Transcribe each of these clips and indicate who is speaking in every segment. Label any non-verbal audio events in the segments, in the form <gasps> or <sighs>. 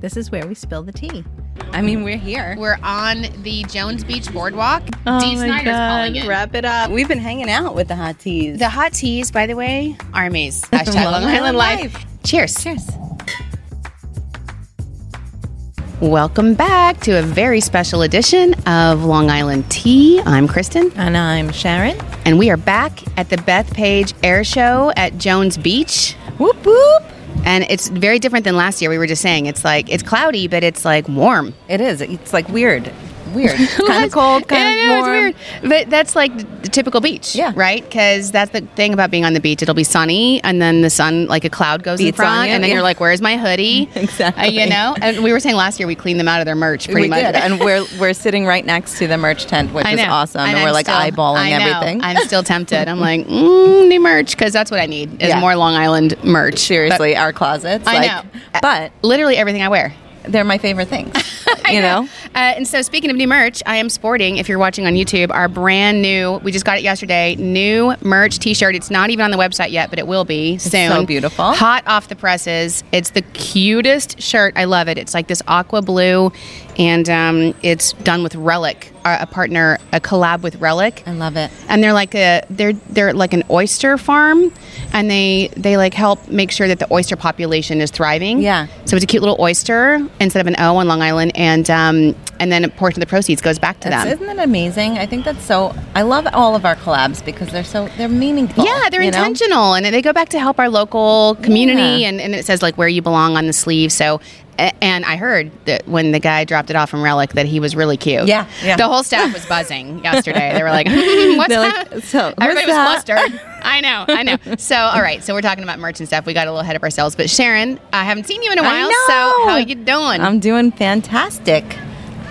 Speaker 1: This is where we spill the tea. I mean, we're here.
Speaker 2: We're on the Jones Beach Boardwalk.
Speaker 1: Oh
Speaker 2: Dee
Speaker 1: my
Speaker 2: Snyder's calling
Speaker 1: God,
Speaker 2: in.
Speaker 1: Wrap it up.
Speaker 3: We've been hanging out with the hot teas.
Speaker 2: The hot teas, by the way, armies. Hashtag Long Island Life. Cheers. Cheers. Welcome back to a very special edition of Long Island Tea. I'm Kristen,
Speaker 1: And I'm Sharon.
Speaker 2: and we are back at the Beth Page Air Show at Jones Beach.
Speaker 1: Whoop whoop.
Speaker 2: And it's very different than last year. We were just saying it's like it's cloudy, but it's like warm.
Speaker 1: It is. It's like weird. <laughs> Weird. kind of
Speaker 2: was-
Speaker 1: cold, kind
Speaker 2: I
Speaker 1: of
Speaker 2: know,
Speaker 1: warm.
Speaker 2: it's weird. But that's like the typical beach,
Speaker 1: Yeah.
Speaker 2: right? Because that's the thing about being on the beach. It'll be sunny, and then the sun, like a cloud goes in
Speaker 1: Beats on
Speaker 2: front,
Speaker 1: you,
Speaker 2: and then
Speaker 1: yeah.
Speaker 2: you're like, "Where's my hoodie?"
Speaker 1: <laughs> Exactly.
Speaker 2: Uh, you know. And we were saying last year we cleaned them out of their merch pretty
Speaker 1: we
Speaker 2: much.
Speaker 1: did, and we're we're sitting right next to the merch tent, which
Speaker 2: <laughs> I
Speaker 1: is
Speaker 2: know.
Speaker 1: awesome. And,
Speaker 2: I'm
Speaker 1: we're like
Speaker 2: still-
Speaker 1: eyeballing
Speaker 2: I know.
Speaker 1: everything. <laughs>
Speaker 2: I'm still tempted. I'm like, mm, new merch because that's what I need is
Speaker 1: Yeah.
Speaker 2: more Long Island merch.
Speaker 1: Seriously, our closets.
Speaker 2: I
Speaker 1: like,
Speaker 2: know.
Speaker 1: But
Speaker 2: But literally everything I wear.
Speaker 1: they're my favorite <laughs> things. you know.
Speaker 2: Uh, and so, speaking of new merch, I am sporting, if you're watching on YouTube, our brand new, we just got it yesterday, new merch t shirt. It's not even on the website yet, but it will be soon.
Speaker 1: so beautiful.
Speaker 2: Hot off the presses. It's the cutest shirt. I love it. It's like this aqua blue, and um, it's done with Relic, a a partner, a collab with Relic
Speaker 1: I love it.
Speaker 2: and they're like a they're they're like an oyster farm and they they like help make sure that the oyster population is thriving
Speaker 1: Yeah.
Speaker 2: so it's a cute little oyster instead of an o on long island and um and then a portion of the proceeds goes back to
Speaker 1: That's-
Speaker 2: them
Speaker 1: Isn't that amazing? I think that's so. I love all of our collabs because they're so they're meaningful.
Speaker 2: yeah they're
Speaker 1: you know?
Speaker 2: intentional and they go back to help our local community
Speaker 1: Yeah.
Speaker 2: and, and it says like where you belong on the sleeve so a- and I heard that when the guy dropped it off from Relic, that he was really cute.
Speaker 1: Yeah, yeah.
Speaker 2: The whole staff was
Speaker 1: <laughs>
Speaker 2: buzzing yesterday. They were like, <laughs> "Hmm, "What's
Speaker 1: They're
Speaker 2: that?"
Speaker 1: like, "So, who's
Speaker 2: everybody was
Speaker 1: that?" <laughs>
Speaker 2: flustered. I know, I know. So, all right. So we're talking about merch and stuff. We got a little ahead of ourselves. But Sharon, I haven't seen you in a
Speaker 1: I
Speaker 2: while.
Speaker 1: know.
Speaker 2: So how you doing?
Speaker 1: I'm doing fantastic.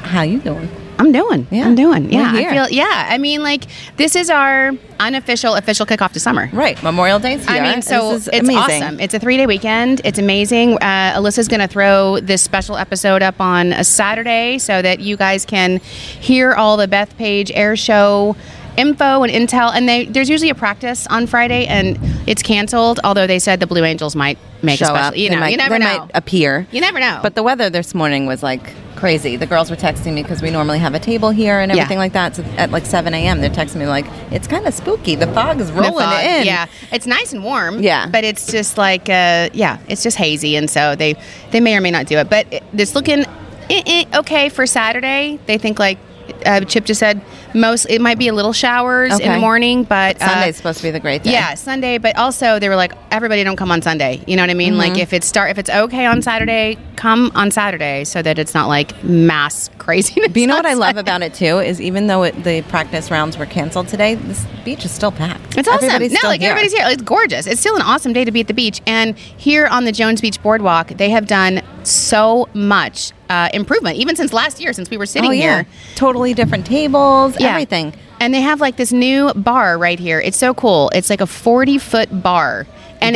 Speaker 1: How you doing?
Speaker 2: I'm doing.
Speaker 1: Yeah.
Speaker 2: I'm doing. Yeah.
Speaker 1: We're
Speaker 2: I
Speaker 1: here.
Speaker 2: feel. Yeah. I mean, like this is our unofficial official kickoff to summer.
Speaker 1: Right, Memorial Day's here.
Speaker 2: I mean, so
Speaker 1: This is
Speaker 2: it's
Speaker 1: amazing.
Speaker 2: awesome. It's a three day weekend. It's amazing. Uh, Alyssa's going to throw this special episode up on a Saturday so that you guys can hear all the Beth Page Air Show info and intel. And they, there's usually a practice on Friday, and it's canceled. Although they said the Blue Angels might make
Speaker 1: Show
Speaker 2: a special.
Speaker 1: up.
Speaker 2: You
Speaker 1: They
Speaker 2: know,
Speaker 1: might-
Speaker 2: you
Speaker 1: they
Speaker 2: never know.
Speaker 1: might appear.
Speaker 2: you never know.
Speaker 1: But the weather this morning was like crazy. The girls were texting me because we normally have a table here and
Speaker 2: Yeah.
Speaker 1: everything like that. So at like 7 a.m., they're texting me like, it's kind of spooky. The fog is
Speaker 2: The
Speaker 1: rolling
Speaker 2: fog,
Speaker 1: in.
Speaker 2: Yeah, it's nice and warm.
Speaker 1: Yeah.
Speaker 2: but it's just like uh, yeah, it's just hazy, and so they they may or may not do it. But it, it's looking eh, eh, okay for Saturday. They think like uh, Chip just said, most it might be a little showers in
Speaker 1: Okay.
Speaker 2: the morning, but uh,
Speaker 1: Sunday's supposed to be the great day.
Speaker 2: yeah, Sunday. But also, they were like, everybody don't come on Sunday. You know what I mean?
Speaker 1: Mm-hmm.
Speaker 2: Like, if it's start, if it's okay on Saturday, come on Saturday, so that it's not like mass <laughs> craziness.
Speaker 1: But you know what I
Speaker 2: on
Speaker 1: love
Speaker 2: Sunday. <laughs>
Speaker 1: about it too is even though it, the practice rounds were canceled today, this beach is still packed.
Speaker 2: It's awesome.
Speaker 1: Everybody's
Speaker 2: no,
Speaker 1: still
Speaker 2: like everybody's here. It's gorgeous. It's still an awesome day to be at the beach. And here on the Jones Beach Boardwalk, they have done so much uh, improvement, even since last year, since we were sitting
Speaker 1: Oh, yeah.
Speaker 2: here.
Speaker 1: Totally different tables,
Speaker 2: Yeah.
Speaker 1: everything.
Speaker 2: And they have like this new bar right here. It's so cool. It's like a 40 foot bar. And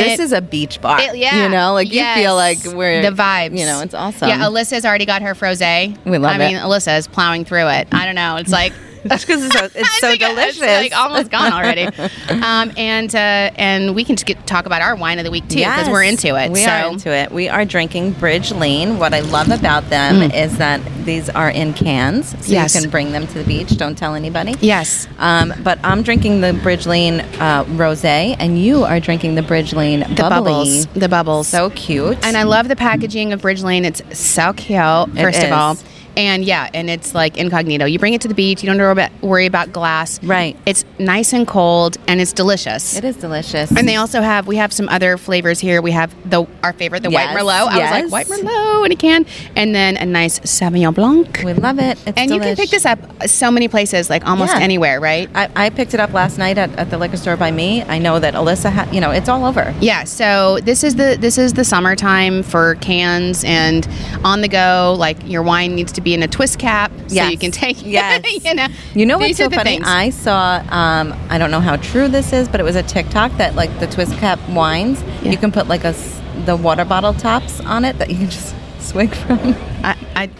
Speaker 1: And this
Speaker 2: it-
Speaker 1: is a beach bar.
Speaker 2: it- yeah,
Speaker 1: You know, like you feel like
Speaker 2: Yes.
Speaker 1: we're
Speaker 2: the vibes.
Speaker 1: You know, it's awesome.
Speaker 2: Yeah, Alyssa's already got her froze. We
Speaker 1: We love
Speaker 2: I mean,
Speaker 1: it.
Speaker 2: Alyssa is plowing through it. I don't know. It's like
Speaker 1: Just 'cause
Speaker 2: <laughs>
Speaker 1: it's so- it's so
Speaker 2: like-
Speaker 1: delicious.
Speaker 2: like almost
Speaker 1: <laughs>
Speaker 2: gone already. um, and uh, and we can just get, talk about our wine of the week too because
Speaker 1: Yes.
Speaker 2: we're into it.
Speaker 1: We
Speaker 2: so.
Speaker 1: are into it. We are drinking Bridge Lane. What I love about them is that these are in cans, so
Speaker 2: Mm. Yes.
Speaker 1: you can bring them to the beach. Don't tell anybody.
Speaker 2: Yes.
Speaker 1: Um, but I'm drinking the Bridge Lane uh, rosé, and you are drinking the Bridge Lane
Speaker 2: The
Speaker 1: bubbly.
Speaker 2: bubbles. The bubbles.
Speaker 1: So cute.
Speaker 2: and I love the packaging of Bridge Lane. It's so cute, first
Speaker 1: is.
Speaker 2: of all. And yeah, and it's like incognito. You bring it to the beach, you don't worry about, worry about glass.
Speaker 1: Right.
Speaker 2: It's nice and cold and it's delicious.
Speaker 1: it is delicious.
Speaker 2: And they also have we have some other flavors here. We have the our favorite, the
Speaker 1: Yes,
Speaker 2: white merlot. I
Speaker 1: yes.
Speaker 2: was like white merlot in a can, and then a nice sauvignon blanc.
Speaker 1: we love it. It's
Speaker 2: and you can pick
Speaker 1: delish.
Speaker 2: this up so many places, like almost
Speaker 1: Yeah.
Speaker 2: anywhere, right?
Speaker 1: I, I picked it up last night at, at the liquor store by me. I know that Alyssa, ha- you know, it's all over.
Speaker 2: Yeah, so this is the this is the summertime for cans and on the go. Like your wine needs to be in a twist cap so
Speaker 1: Yes.
Speaker 2: you can take. <laughs>
Speaker 1: Yes.
Speaker 2: you know.
Speaker 1: You know what's
Speaker 2: These
Speaker 1: so
Speaker 2: are the
Speaker 1: funny?
Speaker 2: things.
Speaker 1: I saw. Um, I don't know how true this is, but it was a TikTok that like the twist cap wines.
Speaker 2: Yeah.
Speaker 1: You can put like a s- the water bottle tops on it that you can just <laughs> swig from.
Speaker 2: I I,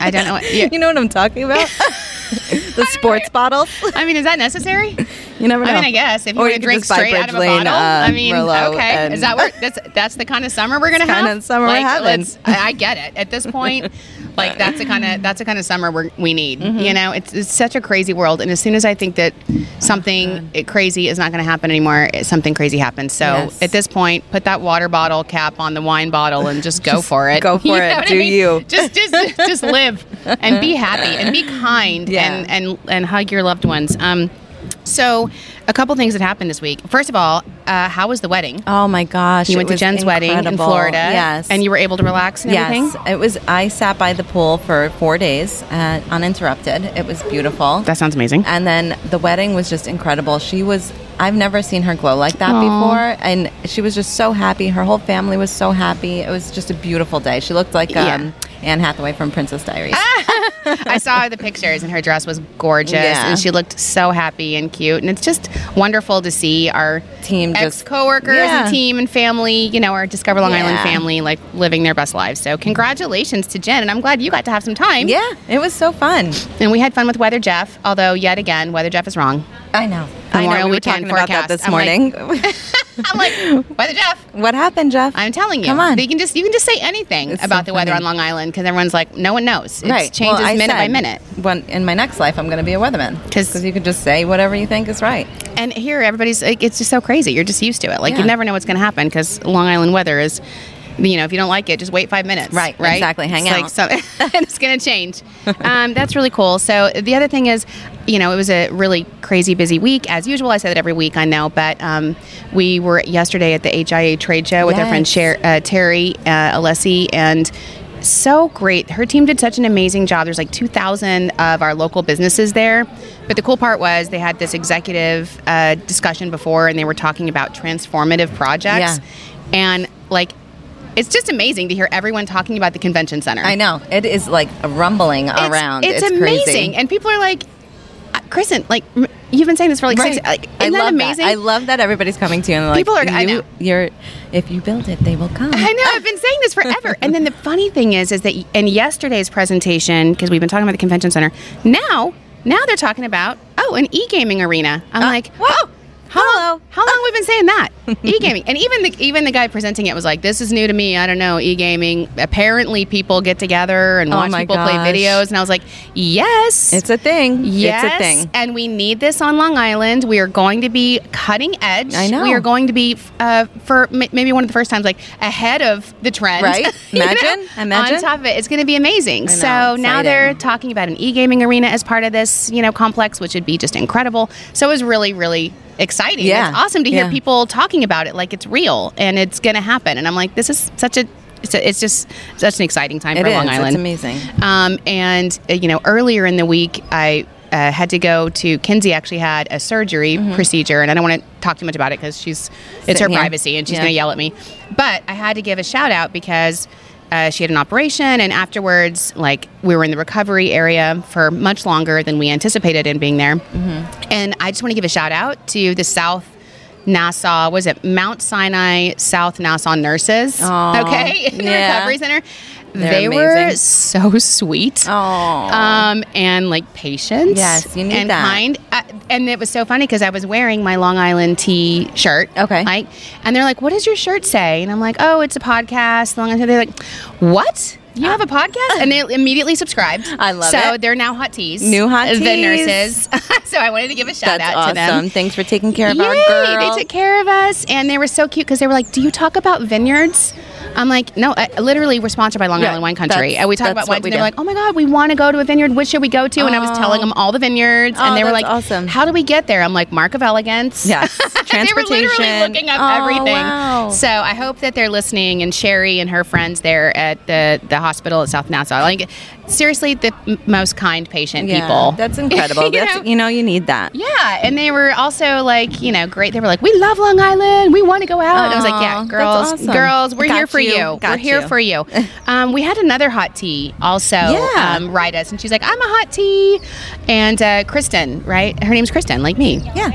Speaker 2: I don't
Speaker 1: <laughs>
Speaker 2: know. What, yeah.
Speaker 1: You know what I'm talking about? the sports bottles.
Speaker 2: I mean, is that necessary?
Speaker 1: <laughs> You never know.
Speaker 2: I mean, I guess if you
Speaker 1: Or
Speaker 2: want to
Speaker 1: could
Speaker 2: drink
Speaker 1: just buy
Speaker 2: straight out of a
Speaker 1: Bridge Lane,
Speaker 2: bottle,
Speaker 1: uh,
Speaker 2: I mean,
Speaker 1: Merlot
Speaker 2: okay,
Speaker 1: and-
Speaker 2: is that where
Speaker 1: <laughs>
Speaker 2: that's that's the kind of summer we're gonna
Speaker 1: It's
Speaker 2: have?
Speaker 1: kinda summer we're
Speaker 2: Like,
Speaker 1: having.
Speaker 2: let's- I I get it
Speaker 1: <laughs>
Speaker 2: at this point. like that's the kind of that's the kind of summer we're, we need.
Speaker 1: Mm-hmm.
Speaker 2: You know, it's it's such a crazy world, and as soon as I think that something it, crazy is not going to happen anymore, it, something crazy happens. So
Speaker 1: Yes.
Speaker 2: at this point, put that water bottle cap on the wine bottle and just go
Speaker 1: <laughs>
Speaker 2: for it.
Speaker 1: go for
Speaker 2: <laughs> You know
Speaker 1: it.
Speaker 2: what I
Speaker 1: Do
Speaker 2: mean?
Speaker 1: you.
Speaker 2: Just just just live and be happy and be kind
Speaker 1: Yeah.
Speaker 2: and and and hug your loved ones. Um, so a couple things that happened this week. First of all, uh, how was the wedding?
Speaker 1: Oh my <laughs> gosh!
Speaker 2: you
Speaker 1: it
Speaker 2: went to
Speaker 1: was
Speaker 2: Jen's wedding in
Speaker 1: incredible.
Speaker 2: Florida,
Speaker 1: Yes,
Speaker 2: and you were able to relax and
Speaker 1: Yes,
Speaker 2: everything.
Speaker 1: it was. I sat by the pool for four days, uh, uninterrupted. It was beautiful.
Speaker 2: That
Speaker 1: <laughs>
Speaker 2: sounds amazing.
Speaker 1: and then the wedding was just incredible. She was. I've never seen her glow like that
Speaker 2: Aw.
Speaker 1: before, and she was just so happy. Her whole family was so happy. It was just a beautiful day. She looked like
Speaker 2: Yeah. Ah,
Speaker 1: um, Anne Hathaway from Princess Diaries.
Speaker 2: I saw the pictures, and her dress was gorgeous,
Speaker 1: Yeah.
Speaker 2: and she looked so happy and cute. And it's just wonderful to see our
Speaker 1: Team
Speaker 2: ex
Speaker 1: just
Speaker 2: coworkers
Speaker 1: Yeah.
Speaker 2: and team and family. You know, our Discover Long Island
Speaker 1: Yeah.
Speaker 2: family, like living their best lives. So congratulations to Jen, and I'm glad you got to have some time.
Speaker 1: yeah, it was so fun.
Speaker 2: And we had fun with Weather Jeff, although yet again, Weather Jeff is wrong.
Speaker 1: I know. I
Speaker 2: Memorial
Speaker 1: know. We were
Speaker 2: weekend
Speaker 1: talking about
Speaker 2: forecast.
Speaker 1: that this
Speaker 2: I'm
Speaker 1: morning. <laughs>
Speaker 2: like- I'm like, Weather Jeff.
Speaker 1: what happened, Jeff?
Speaker 2: I'm telling you.
Speaker 1: Come on.
Speaker 2: You can just you can just say anything
Speaker 1: It's so
Speaker 2: about the weather on
Speaker 1: funny.
Speaker 2: Long Island because everyone's like, no one knows. It
Speaker 1: right.
Speaker 2: changes
Speaker 1: Well, I
Speaker 2: minute by
Speaker 1: said,
Speaker 2: minute.
Speaker 1: When, in my next life, I'm going to be a weatherman
Speaker 2: 'Cause-
Speaker 1: because you could just say whatever you think is right.
Speaker 2: And here, everybody's like, it's just so crazy. You're just used to it. Like you
Speaker 1: Yeah.
Speaker 2: never know what's going to happen because Long Island weather is, you know, if you don't like it, just wait five minutes.
Speaker 1: Right,
Speaker 2: Right.
Speaker 1: exactly. Hang
Speaker 2: It's
Speaker 1: out.
Speaker 2: Like some, <laughs> and it's going to
Speaker 1: <laughs>
Speaker 2: change. Um, that's really cool. So the other thing is, you know, it was a really crazy busy week as usual. I say that every week. I know, but um, we were yesterday at the HIA trade show with our friend
Speaker 1: Yes.
Speaker 2: Cher, uh, Terry uh, Alessi and. So great. Her team did such an amazing job. There's like 2,000 of our local businesses there. But the cool part was they had this executive uh, discussion before and they were talking about transformative projects. And like, it's just amazing to hear everyone talking about the convention center.
Speaker 1: I know. It is like rumbling
Speaker 2: It's-
Speaker 1: around.
Speaker 2: It's,
Speaker 1: It's,
Speaker 2: amazing,
Speaker 1: crazy.
Speaker 2: and people are like, "Uh, "Kristen, like m- you've been saying this for like six. Like, isn't
Speaker 1: I
Speaker 2: that
Speaker 1: love
Speaker 2: amazing?
Speaker 1: I love that everybody's coming to you. And they're
Speaker 2: People
Speaker 1: like,
Speaker 2: are- I
Speaker 1: You,
Speaker 2: know.
Speaker 1: You're, if you build it, they will come.
Speaker 2: <laughs> I know. I've been saying this forever. and then the funny thing is, is that in yesterday's presentation, because we've been talking about the convention center, now, now they're talking about oh, an e-gaming arena. I'm
Speaker 1: Uh,
Speaker 2: like, "Oh, whoa. How
Speaker 1: hello.
Speaker 2: long, how
Speaker 1: Uh.
Speaker 2: long we've been saying that <laughs> e-gaming and even the even the guy presenting it was like this is new to me I don't know e-gaming apparently people get together and
Speaker 1: Oh
Speaker 2: watch
Speaker 1: my
Speaker 2: people play
Speaker 1: gosh.
Speaker 2: videos and I was like yes
Speaker 1: It's a thing.
Speaker 2: Yes,
Speaker 1: It's a thing.
Speaker 2: and we need this on Long Island. We are going to be cutting edge.
Speaker 1: I know.
Speaker 2: We are going to be uh, for m- maybe one of the first times, like ahead of the trend.
Speaker 1: Right?
Speaker 2: <laughs> You know?
Speaker 1: Imagine, imagine.
Speaker 2: On top of it, it's going to be amazing.
Speaker 1: know,
Speaker 2: so now
Speaker 1: exciting.
Speaker 2: they're talking about an e-gaming arena as part of this, you know, complex, which would be just incredible. So it was really, really exciting.
Speaker 1: Yeah.
Speaker 2: It's awesome to hear
Speaker 1: Yeah.
Speaker 2: people talking about it like it's real and it's going to happen. And I'm like, this is such a. It's, a, it's just such an exciting time
Speaker 1: It
Speaker 2: for
Speaker 1: is.
Speaker 2: Long Island.
Speaker 1: It's amazing.
Speaker 2: Um, and uh, you know, earlier in the week, I uh, had to go to Kinsey. Actually, had a surgery procedure, and I don't want to talk too much about it because she's it's
Speaker 1: Mm-hmm.
Speaker 2: her
Speaker 1: Sitting here.
Speaker 2: privacy, and she's
Speaker 1: Yeah.
Speaker 2: going to yell at me. But I had to give a shout out because. Uh, she had an operation, and afterwards, like we were in the recovery area for much longer than we anticipated in being there.
Speaker 1: Mm-hmm.
Speaker 2: And I just want to give a shout out to the South Nassau, was it Mount Sinai South Nassau nurses?
Speaker 1: Aw,
Speaker 2: okay, <laughs> in the
Speaker 1: yeah.
Speaker 2: recovery center,
Speaker 1: They're
Speaker 2: they were
Speaker 1: amazing.
Speaker 2: so sweet.
Speaker 1: Aw.
Speaker 2: Um, and like patience.
Speaker 1: Yes, you need
Speaker 2: and
Speaker 1: that.
Speaker 2: kind. Uh, and it was so funny because I was wearing my Long Island T shirt.
Speaker 1: Okay.
Speaker 2: Like, and they're like, "What does your shirt say?" And I'm like, "Oh, it's a podcast." Long Island. They're like, "What? You have a podcast?" And they immediately subscribed.
Speaker 1: Uh. I love
Speaker 2: so So
Speaker 1: it.
Speaker 2: they're now hot teas.
Speaker 1: New hot
Speaker 2: The
Speaker 1: teas.
Speaker 2: nurses. <laughs> so I wanted to give a shout
Speaker 1: That's
Speaker 2: out
Speaker 1: awesome.
Speaker 2: to them.
Speaker 1: Thanks for taking care of our
Speaker 2: Yay!
Speaker 1: girl.
Speaker 2: They took care of us, and they were so cute because they were like, "Do you talk about vineyards?" I'm like, "No, I, literally, we're sponsored by Long
Speaker 1: Yeah,
Speaker 2: Island Wine Country,
Speaker 1: that's-
Speaker 2: and we talk
Speaker 1: that's
Speaker 2: about
Speaker 1: what
Speaker 2: wines."
Speaker 1: we
Speaker 2: And they're
Speaker 1: do.
Speaker 2: like, "Oh my God, we want to go to a vineyard. Which should we go to?" And I was
Speaker 1: Aw.
Speaker 2: telling them all the vineyards, and
Speaker 1: Aw,
Speaker 2: they were
Speaker 1: that's
Speaker 2: like,
Speaker 1: awesome.
Speaker 2: "How do we get there?" I'm like, "Mark of elegance." <laughs>
Speaker 1: Yes.
Speaker 2: They were literally
Speaker 1: Transportation.
Speaker 2: looking up
Speaker 1: Oh,
Speaker 2: everything.
Speaker 1: wow.
Speaker 2: So I hope that they're listening, and Sherry and her friends there at the the hospital at South Nassau, like seriously, the m- most kind patient
Speaker 1: Yeah,
Speaker 2: people.
Speaker 1: That's incredible.
Speaker 2: <laughs> You
Speaker 1: That's,
Speaker 2: know?
Speaker 1: you know, you need that.
Speaker 2: Yeah, and they were also like, you know, great. They were like, "We love Long Island. We want to go out." and I was like, "Yeah,
Speaker 1: Aw,
Speaker 2: girls,
Speaker 1: that's awesome.
Speaker 2: girls, we're
Speaker 1: I
Speaker 2: here
Speaker 1: got
Speaker 2: for
Speaker 1: you.
Speaker 2: you.
Speaker 1: Got
Speaker 2: We're here
Speaker 1: you.
Speaker 2: for
Speaker 1: <laughs>
Speaker 2: you. Um, we had another hot tea also
Speaker 1: Yeah.
Speaker 2: um, write us, and she's like, "I'm a hot tea," and uh, Kristen, right? Her name's Kristen, like me.
Speaker 1: Yeah.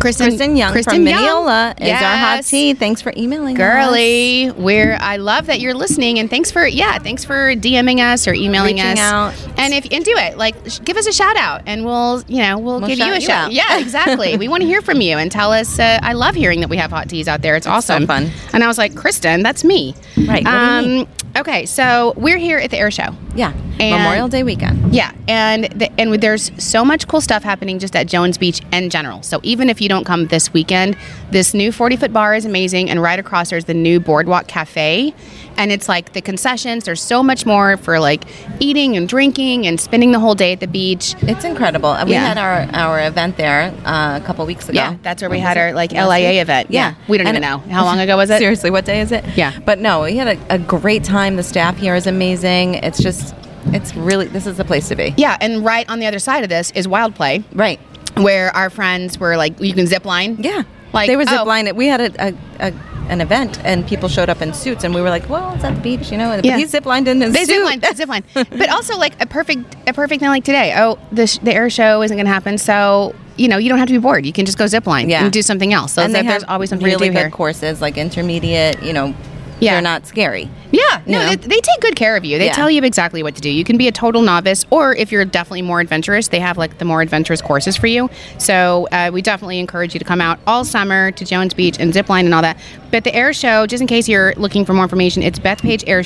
Speaker 2: Kristen,
Speaker 1: Kristen Young
Speaker 2: Kristen
Speaker 1: from
Speaker 2: Young.
Speaker 1: Mineola is our hot
Speaker 2: Yes.
Speaker 1: tea. Thanks for emailing us.
Speaker 2: Girly, we're I love that you're listening, and thanks for yeah, thanks for DMing us or emailing
Speaker 1: Reaching
Speaker 2: us,
Speaker 1: out.
Speaker 2: and if and do it like sh- give us a shout out, and we'll you know we'll,
Speaker 1: We'll
Speaker 2: give you
Speaker 1: shout
Speaker 2: a
Speaker 1: you
Speaker 2: shout.
Speaker 1: out. <laughs>
Speaker 2: Yeah, exactly. we want to hear from you and tell us. Uh, I love hearing that we have hot teas out there. It's,
Speaker 1: so
Speaker 2: awesome,
Speaker 1: fun.
Speaker 2: And I was like, Kristen, that's me.
Speaker 1: Right, what do you
Speaker 2: Um,
Speaker 1: mean?
Speaker 2: okay, so we're here at the air show.
Speaker 1: Yeah.
Speaker 2: And-
Speaker 1: Memorial Day weekend.
Speaker 2: Yeah, and the, and there's so much cool stuff happening just at Jones Beach in general. So even if you don't come this weekend, this new 40 foot bar is amazing, and right across there's the new Boardwalk Cafe, and it's like the concessions. There's so much more for like eating and drinking and spending the whole day at the beach.
Speaker 1: It's incredible. We
Speaker 2: Yeah.
Speaker 1: had our, our event there uh, a couple weeks ago.
Speaker 2: Yeah, that's where we
Speaker 1: When was
Speaker 2: had
Speaker 1: it?
Speaker 2: our like
Speaker 1: Last
Speaker 2: LIA
Speaker 1: week?
Speaker 2: event.
Speaker 1: Yeah.
Speaker 2: we don't
Speaker 1: And-
Speaker 2: even know how long ago was
Speaker 1: <laughs>
Speaker 2: it.
Speaker 1: Seriously, what day is it?
Speaker 2: Yeah.
Speaker 1: But no, we had a, a great time. The staff here is amazing. It's just, it's really, this is the place to be.
Speaker 2: Yeah, and right on the other side of this is Wild Play,
Speaker 1: Right.
Speaker 2: where our friends were like, you can zip line.
Speaker 1: Yeah.
Speaker 2: Like,
Speaker 1: they were
Speaker 2: oh.
Speaker 1: zip lining. We had a, a, a an event and people showed up in suits and we were like, well, it's at the beach, you know. But
Speaker 2: Yeah.
Speaker 1: he zip lined in his
Speaker 2: They
Speaker 1: suit.
Speaker 2: zip line, zip line. But also like a perfect, a perfect thing like today. Oh, the sh- the air show isn't going to happen, so you know you don't have to be bored. You can just go zip line
Speaker 1: Yeah.
Speaker 2: and do something else.
Speaker 1: <laughs>
Speaker 2: So
Speaker 1: and
Speaker 2: that
Speaker 1: they
Speaker 2: there's
Speaker 1: have
Speaker 2: always something
Speaker 1: really
Speaker 2: to do
Speaker 1: good
Speaker 2: here.
Speaker 1: courses like intermediate. You know,
Speaker 2: Yeah.
Speaker 1: they're not scary.
Speaker 2: yeah,
Speaker 1: you
Speaker 2: no,
Speaker 1: know?
Speaker 2: they, they take good care of you. They
Speaker 1: Yeah.
Speaker 2: tell you exactly what to do. You can be a total novice, or if you're definitely more adventurous, they have like the more adventurous courses for you. So uh, we definitely encourage you to come out all summer to Jones Beach and zip line and all that. But the air show, just in case you're looking for more information, it's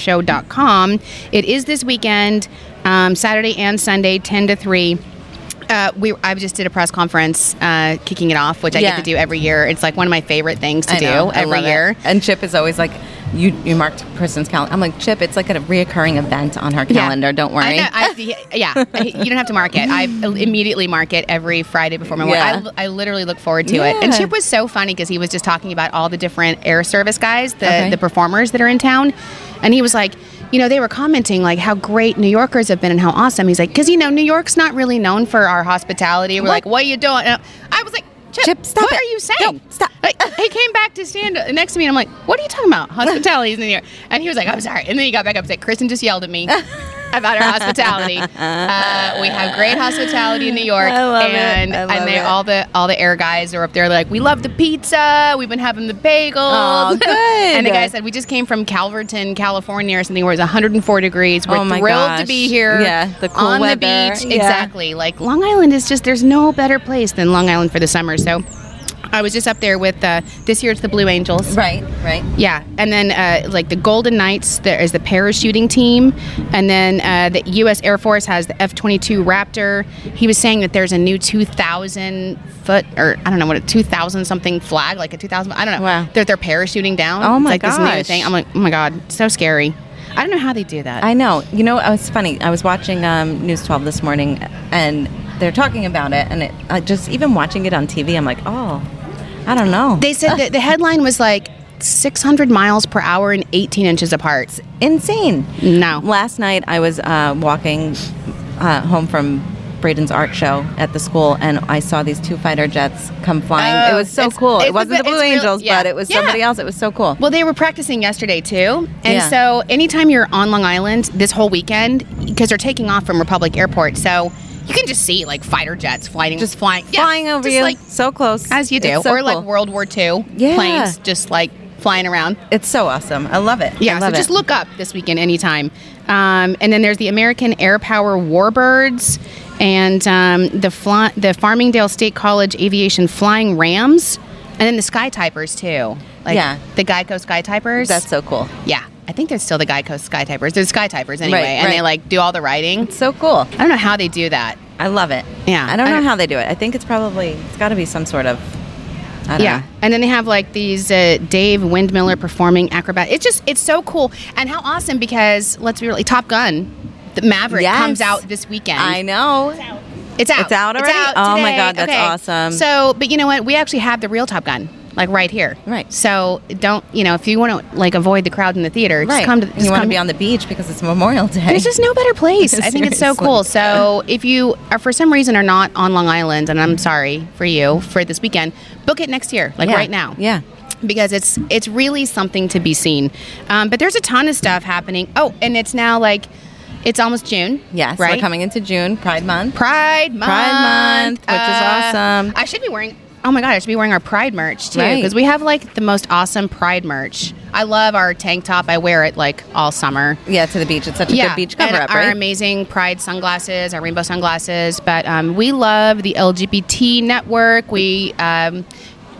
Speaker 2: BethPageAirShow.com. It is this weekend, um, Saturday and Sunday, ten to three. Uh, we I just did a press conference uh, kicking it off, which I
Speaker 1: Yeah.
Speaker 2: get to do every year. It's like one of my favorite things to
Speaker 1: I know,
Speaker 2: do
Speaker 1: I
Speaker 2: every
Speaker 1: love it.
Speaker 2: year.
Speaker 1: And Chip is always like, you you marked Kristen's calendar. I'm like, Chip, it's like a reoccurring event on her calendar. Don't worry.
Speaker 2: I know, I- yeah, I- you don't have to mark it. I immediately mark it every Friday before my work.
Speaker 1: Yeah.
Speaker 2: I, I literally look forward to it. And
Speaker 1: Yeah.
Speaker 2: Chip was so funny because he was just talking about all the different air service guys, the,
Speaker 1: Okay.
Speaker 2: the performers that are in town, and he was like. You know, they were commenting like how great New Yorkers have been and how awesome. He's like, because you know, New York's not really known for our hospitality. We're like, what are you doing? And I was like, Chip,
Speaker 1: Chip, stop
Speaker 2: what
Speaker 1: it.
Speaker 2: are you saying?
Speaker 1: No, stop.
Speaker 2: Like, he came back to stand next to me, and I'm like, "What are you talking about? Hospitality is in here." And he was like, "I'm sorry." And then he got back up and said, "Kristen just yelled
Speaker 1: <laughs>
Speaker 2: at me about our hospitality. Uh, we have great hospitality in New York,
Speaker 1: I love it.
Speaker 2: and
Speaker 1: I love
Speaker 2: and they
Speaker 1: it.
Speaker 2: all the all the air guys are up there. They're like, "We love the pizza. We've been having the bagels."
Speaker 1: Oh, good.
Speaker 2: <laughs> and the guy said, "We just came from Calverton, California, or something where it's 104 degrees. We're
Speaker 1: Oh, my
Speaker 2: thrilled to
Speaker 1: gosh.
Speaker 2: be here.
Speaker 1: Yeah, the cool
Speaker 2: on the
Speaker 1: weather.
Speaker 2: beach.
Speaker 1: Yeah.
Speaker 2: Exactly. Like Long Island is just there's no better place than Long Island for the summer. So." I was just up there with uh, this year it's the Blue Angels.
Speaker 1: right, right.
Speaker 2: Yeah, and then uh, like the Golden Knights, there is the parachuting team, and then uh, the U.S. Air Force has the F-22 Raptor. He was saying that there's a new 2,000 foot, or I don't know what, a 2,000 something flag, like a 2,000. I don't know.
Speaker 1: Wow.
Speaker 2: That they're parachuting down.
Speaker 1: Oh
Speaker 2: It's
Speaker 1: my
Speaker 2: like This new
Speaker 1: gosh.
Speaker 2: thing. I'm like, oh my god, so scary. I don't know how they do that.
Speaker 1: I know. You know, it was funny. I was watching um, News 12 this morning, and they're talking about it, and it, uh, just even watching it on TV, I'm like, oh, I don't know.
Speaker 2: they said that the headline was like 600 miles per hour and 18 inches apart.
Speaker 1: insane.
Speaker 2: No.
Speaker 1: Last night I was uh, walking uh, home from Braden's art show at the school, and I saw these two fighter jets come flying.
Speaker 2: Oh,
Speaker 1: it was so
Speaker 2: it's-
Speaker 1: cool.
Speaker 2: it's
Speaker 1: It wasn't
Speaker 2: the-
Speaker 1: the Blue
Speaker 2: it's real-
Speaker 1: Angels,
Speaker 2: yeah.
Speaker 1: but it was
Speaker 2: Yeah.
Speaker 1: somebody else. It was so cool.
Speaker 2: Well, they were practicing yesterday too, and
Speaker 1: Yeah.
Speaker 2: so anytime you're on Long Island this whole weekend, because they're taking off from Republic Airport, so you can just see like fighter jets flying, just flying, yeah,
Speaker 1: flying over
Speaker 2: just
Speaker 1: you,
Speaker 2: like,
Speaker 1: so close
Speaker 2: as you do,
Speaker 1: It's so
Speaker 2: or like
Speaker 1: cool.
Speaker 2: World War II
Speaker 1: Yeah.
Speaker 2: planes just like flying around.
Speaker 1: It's so awesome. I love it.
Speaker 2: Yeah,
Speaker 1: I
Speaker 2: so
Speaker 1: love
Speaker 2: just
Speaker 1: it.
Speaker 2: look up this weekend anytime. Um, and then there's the American Air Power Warbirds and um, the fly- the Farmingdale State College Aviation Flying Rams, and then the Sky Typers too. Like
Speaker 1: Yeah.
Speaker 2: the Geico Sky Typers.
Speaker 1: That's so cool.
Speaker 2: Yeah, I think there's still the Geico Sky Typers. There's Sky Typers anyway,
Speaker 1: Right,
Speaker 2: and
Speaker 1: right.
Speaker 2: they
Speaker 1: Uh-huh.
Speaker 2: like do all the writing.
Speaker 1: So cool.
Speaker 2: I don't know how they do that.
Speaker 1: I love it.
Speaker 2: Yeah,
Speaker 1: I don't
Speaker 2: I
Speaker 1: know
Speaker 2: don't-
Speaker 1: how they do it. I think it's probably it's got to be some sort of. I don't
Speaker 2: Yeah,
Speaker 1: know.
Speaker 2: and then they have like these uh, Dave Windmiller performing acrobat. It's just it's so cool, and how awesome because let's be real, Top Gun, the Maverick
Speaker 1: Yes.
Speaker 2: comes out this weekend.
Speaker 1: I know.
Speaker 2: It's out.
Speaker 1: It's out already? Oh my
Speaker 2: today.
Speaker 1: God, that's awesome.
Speaker 2: So, but you know what? We actually have the real Top Gun, like right here.
Speaker 1: Right.
Speaker 2: So don't you know if you want to like avoid the crowd in the theater, just come to. Just
Speaker 1: you want
Speaker 2: come-
Speaker 1: to be on the beach because it's Memorial Day.
Speaker 2: There's just no better place. I think it's so
Speaker 1: Seriously.
Speaker 2: cool. So if you are for some reason are not on Long Island, and I'm sorry for you for this weekend, book it next year, like
Speaker 1: Yeah.
Speaker 2: right now.
Speaker 1: Yeah.
Speaker 2: because it's it's really something to be seen. Um, but there's a ton of stuff happening. Oh, and it's now like it's almost June.
Speaker 1: Yes,
Speaker 2: right.
Speaker 1: we're coming into June, Pride Month.
Speaker 2: Pride month. uh,
Speaker 1: Month, which is awesome.
Speaker 2: I should be wearing. Oh my god, I should be wearing our Pride merch too
Speaker 1: Right.
Speaker 2: because we have like the most awesome Pride merch. I love our tank top. I wear it like all summer.
Speaker 1: Yeah, to the beach. It's such a good beach cover
Speaker 2: and
Speaker 1: up,
Speaker 2: our
Speaker 1: right?
Speaker 2: amazing Pride sunglasses, our rainbow sunglasses. But um, we love the LGBT network. We, um,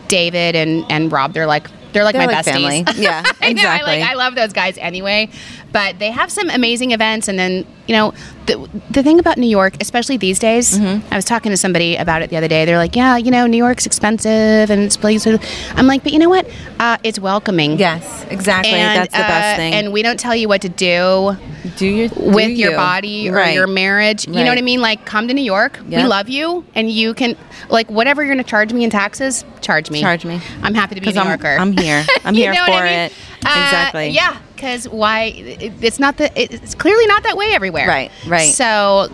Speaker 2: David and and Rob, they're like they're like
Speaker 1: They're
Speaker 2: my
Speaker 1: like family.
Speaker 2: besties. <laughs>
Speaker 1: Yeah,
Speaker 2: I know, I,
Speaker 1: exactly.
Speaker 2: like, I love those guys anyway. But they have some amazing events, and then you know the the thing about New York, especially these days.
Speaker 1: Mm-hmm.
Speaker 2: I was talking to somebody about it the other day. They're like, yeah, you know, New York's expensive, and it's place. I'm like, but you know what? Uh, it's welcoming.
Speaker 1: Yes, exactly.
Speaker 2: And,
Speaker 1: That's the
Speaker 2: uh,
Speaker 1: best thing.
Speaker 2: And we don't tell you what to do
Speaker 1: do your do
Speaker 2: with your
Speaker 1: you.
Speaker 2: body or
Speaker 1: Right.
Speaker 2: your marriage. You
Speaker 1: Right.
Speaker 2: know what I mean? Like, come to New York. We
Speaker 1: Yep.
Speaker 2: love you, and you can like whatever you're going to charge me in taxes, charge me.
Speaker 1: Charge me.
Speaker 2: I'm happy to be a
Speaker 1: 'Cause
Speaker 2: New
Speaker 1: I'm-
Speaker 2: Yorker.
Speaker 1: I'm
Speaker 2: <laughs>
Speaker 1: here. I'm
Speaker 2: You
Speaker 1: here
Speaker 2: know what I
Speaker 1: for
Speaker 2: mean?
Speaker 1: it.
Speaker 2: Uh,
Speaker 1: Exactly.
Speaker 2: Yeah. Because why? it- It's not that. it- It's clearly not that way everywhere.
Speaker 1: Right, right.
Speaker 2: So,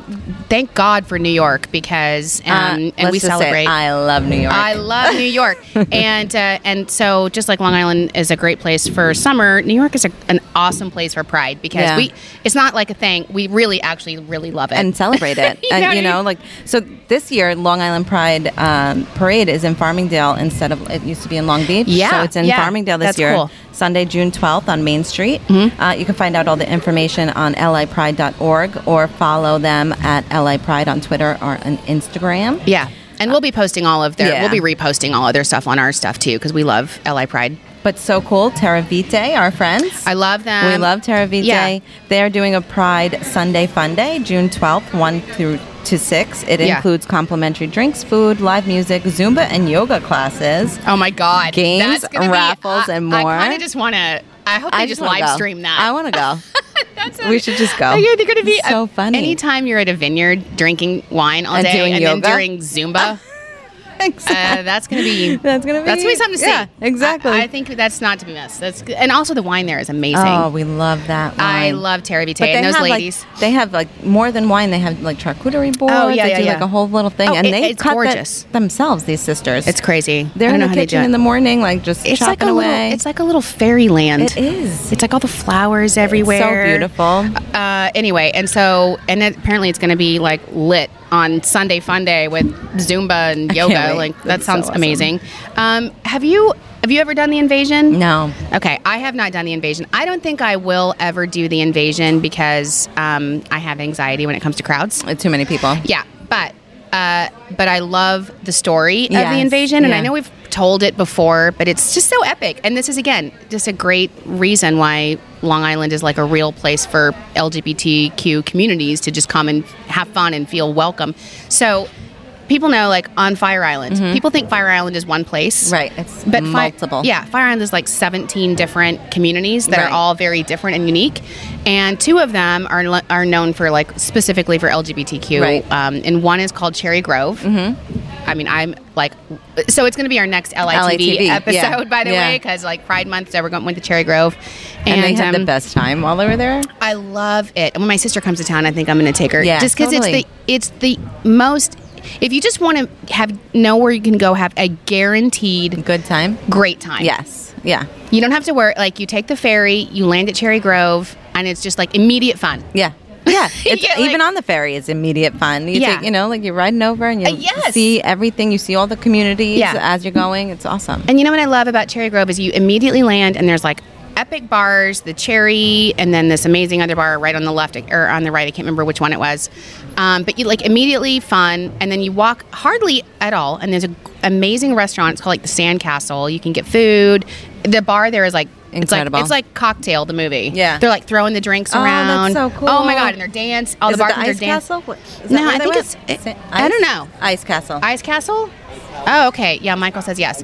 Speaker 2: thank God for New York because um,
Speaker 1: Uh,
Speaker 2: and
Speaker 1: let's
Speaker 2: we
Speaker 1: just say,
Speaker 2: celebrate.
Speaker 1: I love New York.
Speaker 2: I love New York,
Speaker 1: <laughs>
Speaker 2: and uh, and so just like Long Island is a great place for summer, New York is a, an awesome place for Pride because
Speaker 1: Yeah.
Speaker 2: we it's not like a thing. We really, actually, really love it.
Speaker 1: and celebrate it.
Speaker 2: <laughs> You know
Speaker 1: and
Speaker 2: what I
Speaker 1: you know,
Speaker 2: mean?
Speaker 1: like so this year, Long Island Pride um, parade is in Farmingdale instead of it used to be in Long Beach.
Speaker 2: Yeah,
Speaker 1: so it's in
Speaker 2: yeah,
Speaker 1: Farmingdale this
Speaker 2: that's
Speaker 1: year.
Speaker 2: cool. Mm-hmm.
Speaker 1: Sunday, June twelfth on Main Street. Uh, you can find out all the information on lipride.org or follow them at lipride on Twitter or on Instagram.
Speaker 2: yeah, and we'll be posting all of their
Speaker 1: Yeah.
Speaker 2: we'll be reposting all of their stuff on our stuff too because we love LI Pride.
Speaker 1: But so cool, Terra Vitae, our friends.
Speaker 2: I love them.
Speaker 1: we love Terra Vitae.
Speaker 2: Um, Yeah.
Speaker 1: They're doing a Pride Sunday Fun Day, June 12th, 1 through to 6. It
Speaker 2: Yeah.
Speaker 1: includes complimentary drinks, food, live music, Zumba and yoga classes.
Speaker 2: Oh my God,
Speaker 1: Games,
Speaker 2: That's gonna be-
Speaker 1: raffles,
Speaker 2: I-
Speaker 1: and
Speaker 2: I
Speaker 1: more.
Speaker 2: kind of just want to. I hope they just,
Speaker 1: wanna
Speaker 2: live
Speaker 1: go.
Speaker 2: stream that.
Speaker 1: I want to go.
Speaker 2: <laughs> That's
Speaker 1: We should just go.
Speaker 2: Like, they're going to be
Speaker 1: It's so
Speaker 2: uh,
Speaker 1: funny. <laughs>
Speaker 2: Anytime you're at a vineyard drinking wine all
Speaker 1: And
Speaker 2: day
Speaker 1: doing
Speaker 2: and
Speaker 1: yoga.
Speaker 2: then
Speaker 1: <laughs>
Speaker 2: doing Zumba,
Speaker 1: exactly.
Speaker 2: uh, that's going to be
Speaker 1: That's gonna
Speaker 2: that's gonna
Speaker 1: be-
Speaker 2: be something to see.
Speaker 1: yeah, exactly.
Speaker 2: I, I think that's not to be missed. That's good. and also the wine there is amazing.
Speaker 1: Oh, we love that. Wine.
Speaker 2: I love Terry Vitae and those
Speaker 1: have
Speaker 2: ladies. Oh,
Speaker 1: like they have like more than wine. They have like charcuterie boards.
Speaker 2: yeah,
Speaker 1: they
Speaker 2: yeah,
Speaker 1: do
Speaker 2: yeah.
Speaker 1: like a whole little thing,
Speaker 2: Oh,
Speaker 1: and
Speaker 2: it-
Speaker 1: they
Speaker 2: it's
Speaker 1: cut that
Speaker 2: gorgeous.
Speaker 1: themselves. These sisters,
Speaker 2: it's crazy.
Speaker 1: They're
Speaker 2: I
Speaker 1: in
Speaker 2: don't know
Speaker 1: the
Speaker 2: how they do
Speaker 1: kitchen
Speaker 2: it.
Speaker 1: in the morning, like just
Speaker 2: it's like
Speaker 1: chopping
Speaker 2: a
Speaker 1: away.
Speaker 2: little. It's like a little fairyland.
Speaker 1: It is.
Speaker 2: It's like all the flowers everywhere.
Speaker 1: so beautiful.
Speaker 2: Uh, anyway, and so and it, apparently it's going to be like lit on Sunday Fun Day with Zumba and yoga.
Speaker 1: wait.
Speaker 2: Like that
Speaker 1: That's so
Speaker 2: sounds
Speaker 1: awesome.
Speaker 2: amazing. Um, have you have you ever done the invasion?
Speaker 1: No.
Speaker 2: Okay, I have not done the invasion. I don't think I will ever do the invasion because um, I have anxiety when it comes to crowds.
Speaker 1: Too many people.
Speaker 2: Yeah, but uh, but I love the story of
Speaker 1: Yes,
Speaker 2: the invasion, and I
Speaker 1: yeah.
Speaker 2: know we've told it before, but it's just so epic. And this is again just a great reason why Long Island is like a real place for LGBTQ communities to just come and have fun and feel welcome. So. People know, like on Fire Island, people think Fire Island is one place,
Speaker 1: Mm-hmm. Right, it's
Speaker 2: Fi-
Speaker 1: multiple.
Speaker 2: yeah, Fire Island is like 17 different communities that are
Speaker 1: Right.
Speaker 2: all very different and unique, and two of them are lo- are known for like specifically for LGBTQ.
Speaker 1: Right.
Speaker 2: Um, and one is called Cherry Grove. Mm-hmm. I mean, I'm like, so it's going to be our next LITV,
Speaker 1: LITV,
Speaker 2: episode,
Speaker 1: yeah,
Speaker 2: by the
Speaker 1: yeah.
Speaker 2: way, because like Pride Month, so we're going went to Cherry Grove,
Speaker 1: And, they had
Speaker 2: um,
Speaker 1: the best time while they were there.
Speaker 2: I love it. And when my sister comes to town, I think I'm going to take her.
Speaker 1: Yeah,
Speaker 2: just because
Speaker 1: totally.
Speaker 2: it's the it's the most. If you just want to have know where you can go, have a guaranteed
Speaker 1: Good time.
Speaker 2: great time.
Speaker 1: Yes. Yeah.
Speaker 2: You don't have to worry. Like you take the ferry, you land at Cherry Grove, and it's just like immediate fun. <laughs>
Speaker 1: Yeah. Yeah. It's,
Speaker 2: Yeah, like-
Speaker 1: even on the ferry, it's immediate fun. You
Speaker 2: Yeah.
Speaker 1: take, you know, like you're riding over and you
Speaker 2: Uh, yes.
Speaker 1: see everything. You see all the communities
Speaker 2: Yeah.
Speaker 1: as you're going. It's awesome.
Speaker 2: And you know what I love about Cherry Grove is you immediately land, and there's like epic bars, the Cherry, and then this amazing other bar right on the left or on the right. I can't remember which one it was, um, but you like immediately fun, and then you walk hardly at all, and there's an amazing restaurant. It's called like the Sandcastle. You can get food. The bar there is like.
Speaker 1: Incredible.
Speaker 2: It's like, it's like Cocktail, the movie.
Speaker 1: Yeah.
Speaker 2: They're like throwing the drinks
Speaker 1: Oh, that's
Speaker 2: around.
Speaker 1: so cool.
Speaker 2: Oh my God. And they're dance. All
Speaker 1: Is
Speaker 2: the
Speaker 1: it
Speaker 2: bars
Speaker 1: the Ice
Speaker 2: are dance.
Speaker 1: Castle? What- is
Speaker 2: No,
Speaker 1: that where
Speaker 2: I
Speaker 1: they
Speaker 2: think
Speaker 1: went?
Speaker 2: it's- it-
Speaker 1: Sa-
Speaker 2: I don't know.
Speaker 1: Ice Castle.
Speaker 2: Ice Castle? Oh, okay. Yeah, Michael says yes.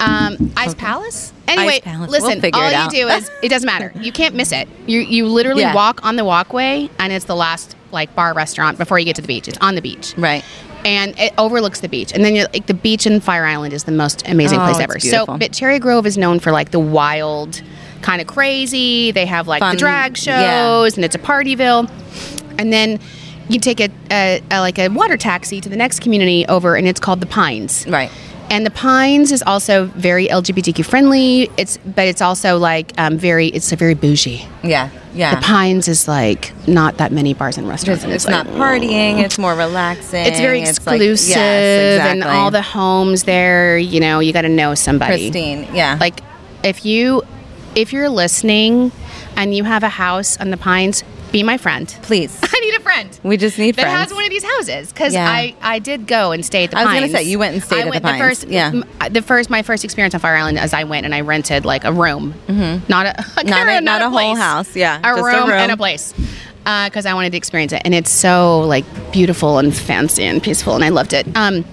Speaker 2: Um, Ice Palace? Anyway,
Speaker 1: Ice Palace. We'll
Speaker 2: listen,
Speaker 1: figure
Speaker 2: all
Speaker 1: it
Speaker 2: you
Speaker 1: out.
Speaker 2: do is, it doesn't matter. You can't miss it. You, you literally
Speaker 1: Yeah.
Speaker 2: walk on the walkway, and it's the last like bar restaurant before you get to the beach. It's on the beach.
Speaker 1: Right.
Speaker 2: And it overlooks the beach. And then you're like, the beach in Fire Island is the most amazing
Speaker 1: Oh,
Speaker 2: place
Speaker 1: it's
Speaker 2: ever. So,
Speaker 1: beautiful.
Speaker 2: but Cherry Grove is known for like the wild, kind of crazy. They have like
Speaker 1: Fun.
Speaker 2: the drag shows,
Speaker 1: Yeah.
Speaker 2: and it's a partyville. And then you take a, a, a like a water taxi to the next community over, and it's called the Pines.
Speaker 1: Right.
Speaker 2: And the Pines is also very LGBTQ friendly. It's but it's also like um, very it's a very bougie.
Speaker 1: Yeah, yeah.
Speaker 2: The Pines is like not that many bars and
Speaker 1: It's,
Speaker 2: restaurants. and
Speaker 1: it's not
Speaker 2: like,
Speaker 1: partying. It's more relaxing.
Speaker 2: It's very
Speaker 1: like-
Speaker 2: exclusive,
Speaker 1: yes,
Speaker 2: and
Speaker 1: exactly.
Speaker 2: all the homes there. You know, you got to know somebody.
Speaker 1: pristine. Yeah,
Speaker 2: Like, if you if you're listening and you have a house on the Pines, be my friend. <laughs>
Speaker 1: please.
Speaker 2: I need a friend.
Speaker 1: We just need
Speaker 2: that
Speaker 1: friends.
Speaker 2: has one of these houses because
Speaker 1: Yeah.
Speaker 2: I, I did go and stay at the
Speaker 1: I was
Speaker 2: Pines.
Speaker 1: gonna say, you went and stayed
Speaker 2: I
Speaker 1: at the
Speaker 2: went
Speaker 1: Pines,
Speaker 2: first
Speaker 1: yeah.
Speaker 2: m- uh, the first my first experience on Fire Island is I went and I rented like a room, mm-hmm. not a <laughs> not,
Speaker 1: Not a-
Speaker 2: a,
Speaker 1: not a whole
Speaker 2: place.
Speaker 1: house, yeah,
Speaker 2: a,
Speaker 1: just a
Speaker 2: room
Speaker 1: room.
Speaker 2: and a place because I wanted to experience it and it's so like beautiful and fancy and peaceful and I loved it. Um,